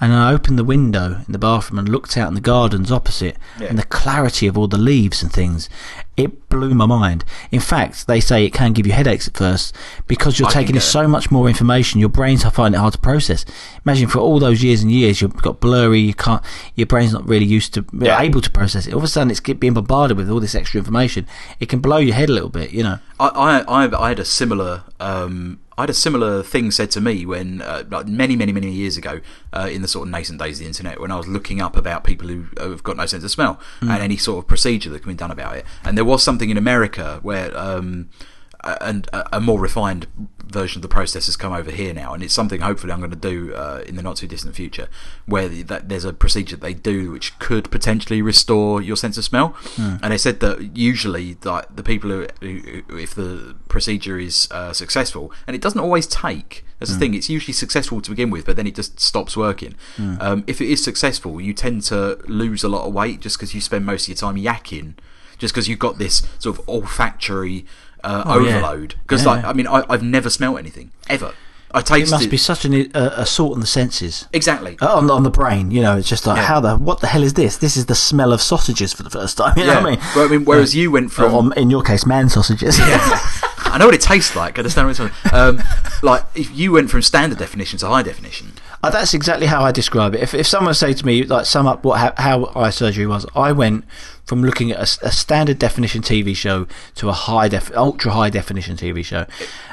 and I opened the window in the bathroom and looked out in the gardens opposite Yeah. and the clarity of all the leaves and things. It blew my mind. In fact, they say it can give you headaches at first because you're I can taking in get it. so much more information. Your brains I find it hard to process. Imagine for all those years and years, you've got blurry. You can't. Your brain's not really used to Yeah. able to process it. All of a sudden, it's get- being bombarded with all this extra information. It can blow your head a little bit, you know. I, I, I, I had a similar, um, I had a similar thing said to me when, uh, like many, many, many years ago, uh, in the sort of nascent days of the internet, when I was looking up about people who uh, have got no sense of smell and any sort of procedure that can be done about it. And there was something in America where, um, a- and a a more refined version of the process has come over here now, and it's something hopefully I'm going to do uh, in the not too distant future, where the, that there's a procedure they do which could potentially restore your sense of smell. And they said that usually like the people who, who who- if the procedure is uh, successful, and it doesn't always take. That's the thing; it's usually successful to begin with, but then it just stops working. Um, if it is successful, you tend to lose a lot of weight just because you spend most of your time yakking. Just because you've got this sort of olfactory uh, Oh, yeah. overload because Yeah. like I mean I, I've never smelt anything ever. I It tasted must be such an uh, assault on the senses. exactly. Uh, on, the- on the brain, you know, it's just like Yeah. how the what the hell is this? This is the smell of sausages for the first time. You yeah. know what I mean? Well, I mean, whereas you went from Or in your case, man sausages. I know what it tastes like. I understand what it's like. Um, like if you went from standard definition to high definition. Uh, that's exactly how I describe it. If, if someone said to me, like, sum up what how, how eye surgery was, I went from looking at a s- a, standard definition TV show to a high def, ultra high definition TV show.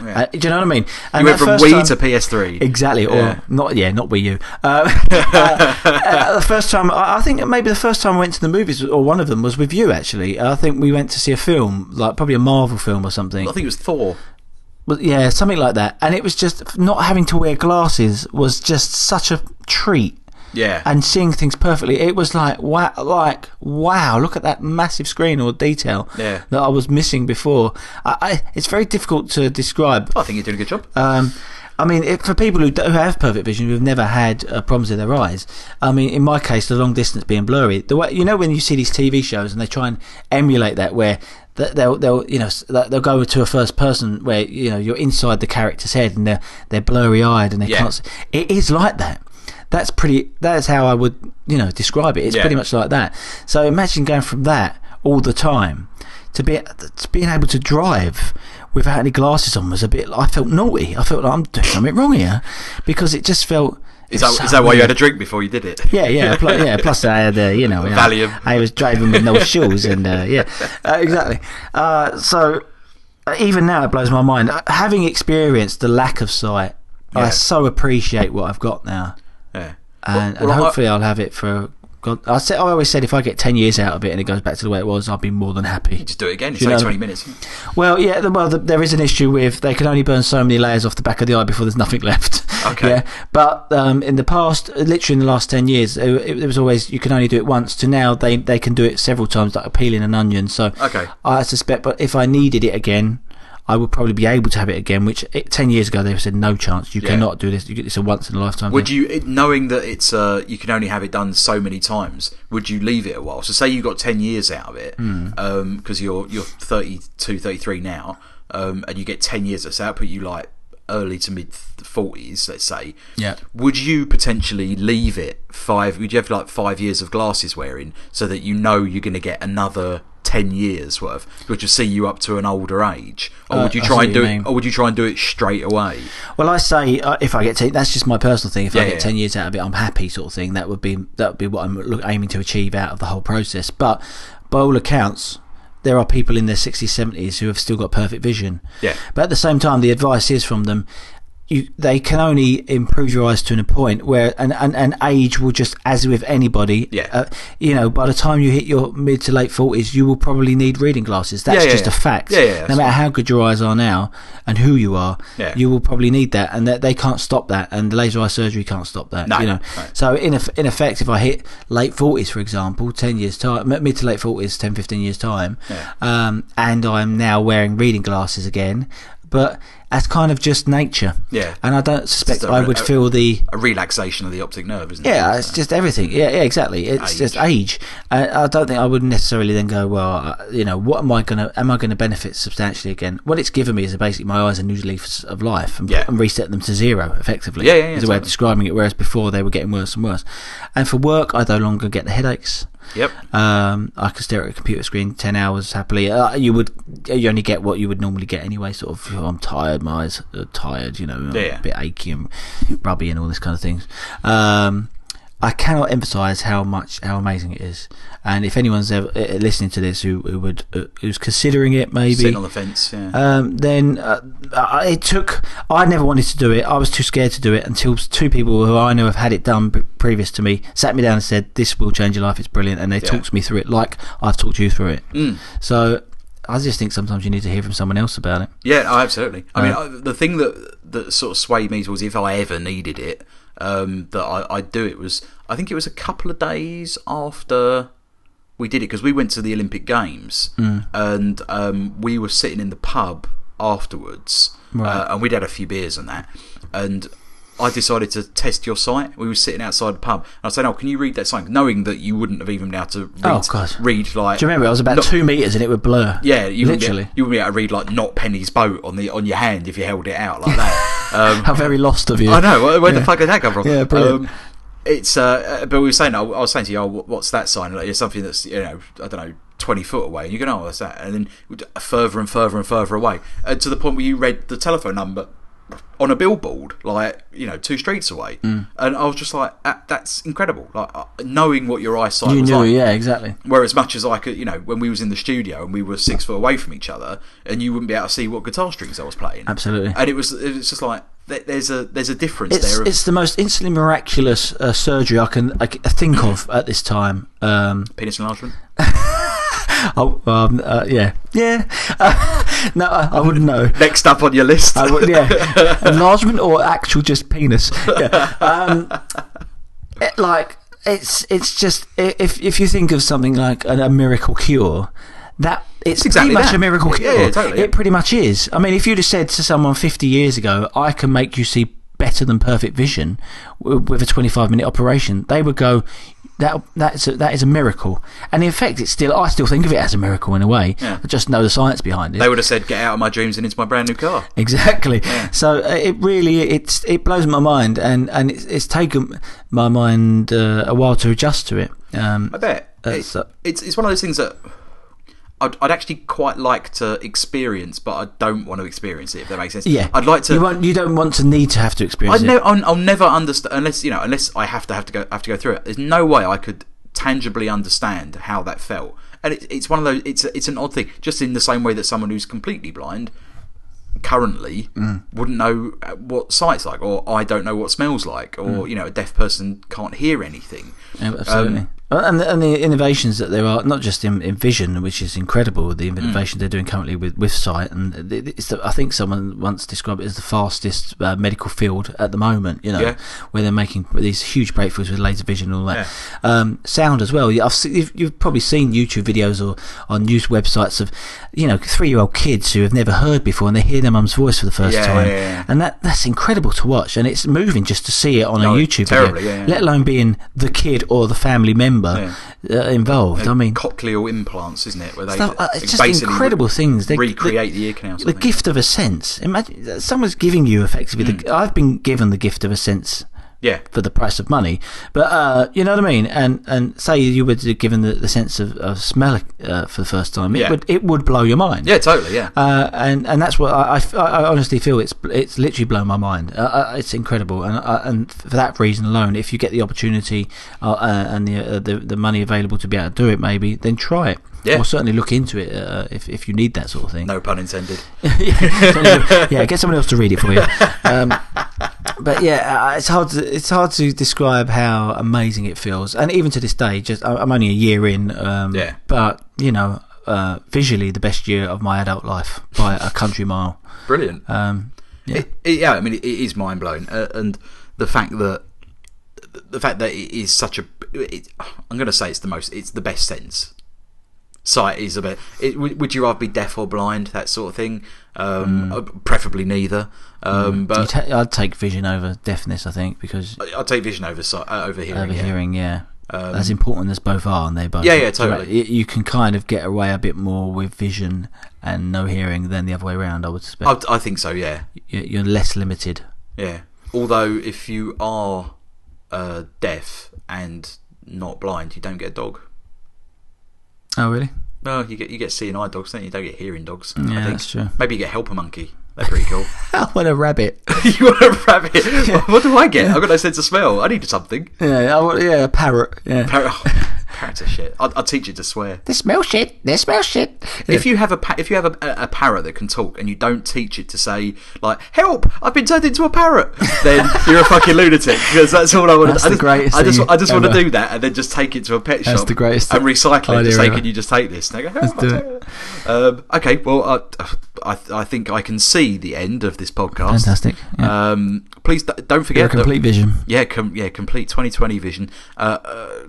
Yeah. Uh, do you know what I mean? And You went that from first Wii time- to PS3. Exactly, or Yeah. not? Yeah, not with you. Um, uh, uh, the first time, I I think maybe the first time I went to the movies, or one of them was with you. Actually, Uh, I think we went to see a film, like probably a Marvel film or something. I think it was Thor. Well, yeah, something like that. And it was just not having to wear glasses was just such a treat. Yeah. and seeing things perfectly. It was like wow, like wow, look at that massive screen or detail Yeah. that I was missing before. I, I, it's very difficult to describe. I think you're doing a good job. Um, I mean, it, for people who, do, who have perfect vision, who've never had uh, problems with their eyes. I mean, in my case, the long distance being blurry. The way you know when you see these TV shows and they try and emulate that, where th- they'll they'll you know s- they'll they'll go to a first person where you know you're inside the character's head and they're they're blurry eyed and they Yeah. can't. s- It is like that. That's pretty. That's how I would you know describe it. It's Yeah. pretty much like that. So imagine going from that all the time to be to being able to drive without any glasses on was a bit. I felt naughty. I felt like I'm doing something wrong here because it just felt. Is it that was is so that why you weird. had a drink before you did it? Yeah, yeah, pl- yeah. Plus, I had, uh, you know, yeah, Valium. I was driving with no shoes, and uh, yeah, uh, exactly. Uh, so, uh, even now, it blows my mind. Uh, Having experienced the lack of sight, Yeah. I so appreciate what I've got now, Yeah. and, Well, well, and I- hopefully, I, will have it for. God, I said, I always said if I get ten years out of it and it goes back to the way it was, I'll be more than happy. Just do it again. It's You only know- twenty minutes. Well, yeah, the, well, the, there is an issue with they can only burn so many layers off the back of the eye before there's nothing left. Okay. Yeah, but um, in the past, literally in the last ten years, it, it, was always you can only do it once. To now, they they can do it several times, like peeling an onion. So Okay. I suspect, but if I needed it again. I would probably be able to have it again, which it, ten years ago they said no chance. You Yeah. cannot do this. You get this a once in a lifetime. Would thing. you, it- knowing that it's uh, you can only have it done so many times, would you leave it a while? So say you got ten years out of it, Hmm. because you're you're 32, 33 now, um, and you get ten years. That's out, put you like early to mid forties, let's say. Yeah. Would you potentially leave it five? Would you have like five years of glasses wearing so that you know you're going to get another? 10 years worth which will see you up to an older age or Uh, would you I see try what and you do mean. it or would you try and do it straight away Well, I say uh, if I get ten, that's just my personal thing. If Yeah, I get yeah. ten years out of it, I'm happy, sort of thing. That would be that would be what I'm look, aiming to achieve out of the whole process. But by all accounts, there are people in their 60s, 70s who have still got perfect vision. Yeah. But at the same time, the advice is from them. You, they can only improve your eyes to a point where an, an, an age will just, as with anybody, Yeah. uh, you know, by the time you hit your mid to late 40s, you will probably need reading glasses. That's Yeah, yeah, just a yeah. fact. Yeah, yeah, no that's matter how good your eyes are now and who you are, Yeah. you will probably need that, and that they can't stop that, and laser eye surgery can't stop that. No, you know, no. so in eff- in effect, if I hit late forties, for example, ten years time, m- mid to late forties, 10, 15 years time, Yeah. um, and I'm now wearing reading glasses again, but that's kind of just nature. Yeah. and I don't suspect Just a I re- would a- feel the a relaxation of the optic nerve isn't it uh, yeah, it's just everything. Yeah, yeah, exactly. It's Age. just age. I, I don't think I would necessarily then go, well, uh, you know, what am I gonna? Am I gonna benefit substantially again? What it's given me is basically my eyes a new leaf of life, and, Yeah. and reset them to zero effectively. Yeah, yeah, yeah, is a way of totally. describing it. Whereas before they were getting worse and worse. And for work, I no longer get the headaches. yep Um, I could stare at a computer screen ten hours happily. Uh, you would, you only get what you would normally get anyway. Sort of, "Oh, I'm tired, my eyes are tired. You know, I'm Yeah. a bit achy and rubby and all this kind of things. Um, I cannot emphasize how much how amazing it is. And if anyone's ever uh, listening to this who, who would uh, who's considering it, maybe sitting on the fence. Yeah. um, then uh, I- it took. I never wanted to do it. I was too scared to do it until two people who I know have had it done p- previous to me sat me down and said, "This will change your life. It's brilliant," and they Yeah. talked me through it like I've talked you through it. Mm. So I just think sometimes you need to hear from someone else about it. Yeah, oh, absolutely. I mean, Uh, I, the thing that that sort of swayed me was if I ever needed it, um, that I, I'd do it was I think it was a couple of days after we did it because we went to the Olympic Games Mm. and um, we were sitting in the pub afterwards, Right. uh, and we'd had a few beers and that, and. I decided to test your sight. We were sitting outside the pub, and I said, "Oh, can you read that sign?" Knowing that you wouldn't have even been able to read, Oh, God. read like. Do you remember? I was about not- two meters and it would blur. yeah, you wouldn't be- literally. you would be able to read like "Not Penny's Boat" on the on your hand if you held it out like that. Um, How very lost of you. I know where, where the fuck did that come from? Yeah, brilliant. Um, it's uh, uh, but we were saying I was saying to you, oh, wh- what's that sign? Like, it's something that's you know I don't know twenty foot away, and you go, oh, what's that? And then we'd- further and further and further away uh, to the point where you read the telephone number on a billboard, like you know two streets away, Mm. and I was just like, "Ah, that's incredible. Like uh, knowing what your eyesight You was knew, like, yeah, exactly. where as much as I could, you know, when we was in the studio and we were six foot away from each other, and you wouldn't be able to see what guitar strings I was playing. Absolutely. And it was, it was just like th- there's a there's a difference It's, there. Of, it's the most instantly miraculous uh, surgery I can I c- think of at this time. Um, penis enlargement. Oh, um, uh, yeah, yeah. no, I, I wouldn't know. Next up on your list. I would, yeah, enlargement or actual just penis. Yeah. Um, it, like it's it's just i- if if you think of something like a, a miracle cure, that it's exactly pretty much that. a miracle Yeah, cure. yeah, totally. It pretty much is. I mean, if you'd have said to someone 50 years ago, "I can make you see better than perfect vision w- with a 25 minute operation," they would go. That that's a, that is a miracle, and in fact, it's still I still think of it as a miracle in a way. Yeah. I just know the science behind it. They would have said, "Get out of my dreams and into my brand new car." Exactly. So uh, it really it's it blows my mind, and and it's, it's taken my mind uh, a while to adjust to it. Um, I bet That's, It- uh, it's it's one of those things that I'd, I'd actually quite like to experience, but I don't want to experience it. If that makes sense, yeah, I'd like to. You, won't, you don't want to need to have to I experience know it. I'll, I'll never understand unless you know unless I have to have to go have to go through it. There's no way I could tangibly understand how that felt, and it, it's one of those. It's it's an odd thing, just in the same way that someone who's completely blind currently Mm. wouldn't know uh, what sight's like, or I don't know what smells like, or Mm. you know a deaf person can't hear anything. Yeah, absolutely. Uh, Um, and, the, and the innovations that there are, not just in, in vision, which is incredible, Mm. the innovations they're doing currently with, with sight, and th- th- it's the, I think someone once described it as the fastest uh, medical field at the moment. You know, Yeah. where they're making these huge breakthroughs with laser vision and all that. Um, sound as well. Yeah, I've seen, you've, you've probably seen YouTube videos or on news websites of you know three year old kids who have never heard before and they hear their mum's voice for the first Yeah, time, yeah, yeah. and that that's incredible to watch, and it's moving just to see it on No, a YouTube Oh, terribly, video, yeah, yeah. let alone being the kid or the family member uh, involved. I mean, cochlear implants, isn't it? Where they stuff, uh, they it's just basically incredible things. They recreate the ear canal. the gift of a sense. Imagine that someone's giving you effectively. Mm. The, I've been given the gift of a sense yeah, for the price of money, but uh, you know what I mean. And and say you were given the, the sense of, of smell uh, for the first time, it Yeah. would it would blow your mind. yeah, totally, yeah. Uh, and and that's what I, I, I honestly feel it's it's literally blown my mind. Uh, Uh, it's incredible, and uh, and for that reason alone, if you get the opportunity uh, uh, and the, uh, the the money available to be able to do it, maybe then try it. Yeah. Or certainly look into it uh, if if you need that sort of thing. no pun intended. yeah, yeah, get someone else to read it for you. Um, but yeah, uh, it's hard. To, it's hard to describe how amazing it feels, and even to this day, just I- I'm only a year in. Um, Yeah. But you know, uh, visually, the best year of my adult life by a country mile. Brilliant. Um, yeah. It, it- yeah, I mean, it, it is mind blowing, uh, and the fact that the fact that it is such a, it, I'm going to say it's the most, it's the best sense. Sight is a bit. It, would would you rather be deaf or blind, that sort of thing? Um, Mm. uh, Preferably neither. Um, You'd But ha- I'd take vision over deafness, I think, because I I'll take vision over sight, uh, over hearing. over yeah. hearing, yeah. Um, As important as both are, and they both. Yeah, yeah, totally. You, you can kind of get away a bit more with vision and no hearing than the other way around. I would suspect. I, I think so. Yeah. you're, you're less limited. Yeah. Although if you are uh, deaf and not blind, you don't get a dog. Oh, really? No, you get you get seeing eye dogs, don't you? You don't get hearing dogs. I Yeah, think. that's true. Maybe you get helper monkey. They're pretty cool. I want a rabbit. you want a rabbit? What do I get? I've got no sense of smell. I need something. Yeah, I want, yeah, a parrot. Yeah. Parrot, oh, parrots are shit. I'll, I'll teach it to swear. they smell shit. They smell shit. If you have a pa- if you have a, a, a parrot that can talk and you don't teach it to say like help, I've been turned into a parrot, then you're a fucking lunatic because that's all I want. That's I the just, greatest I just thing I just want to ever. do that and then just take it to a pet shop. That's the greatest and recycle it. Just idea say, ever. can you just take this? And they go, "Help, Let's do I'll it." take it." Um, okay, well I, I I think I can see the end of this podcast. Fantastic. Yeah. Um, please d- don't You're a forget that- complete vision. yeah, com- yeah, complete 2020 vision. Uh, uh,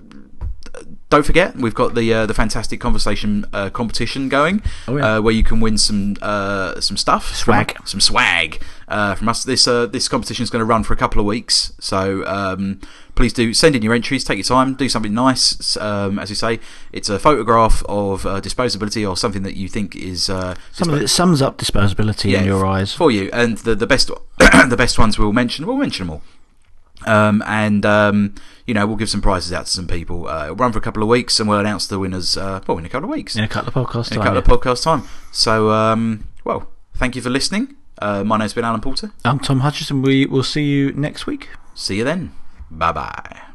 don't forget, we've got the uh, the fantastic conversation uh, competition going, Oh, yeah. uh, where you can win some uh, some stuff, Swag. from, some swag uh, from us. This uh, this competition is going to run for a couple of weeks, so um, please do send in your entries. Take your time, do something nice. S- Um, as you say, it's a photograph of uh, disposability or something that you think is uh, Some of it sums up disposability in your eyes. for you, and the the best the best ones we'll mention. We'll mention them all. Um, and um, you know we'll give some prizes out to some people. Uh, it'll run for a couple of weeks, and we'll announce the winners. Uh, well, in a couple of weeks, In a couple of podcasts. in a couple of podcast time. So, um, well, thank you for listening. Uh, my name's been Alan Porter. I'm Tom Hutchison. We will see you next week. See you then. Bye bye.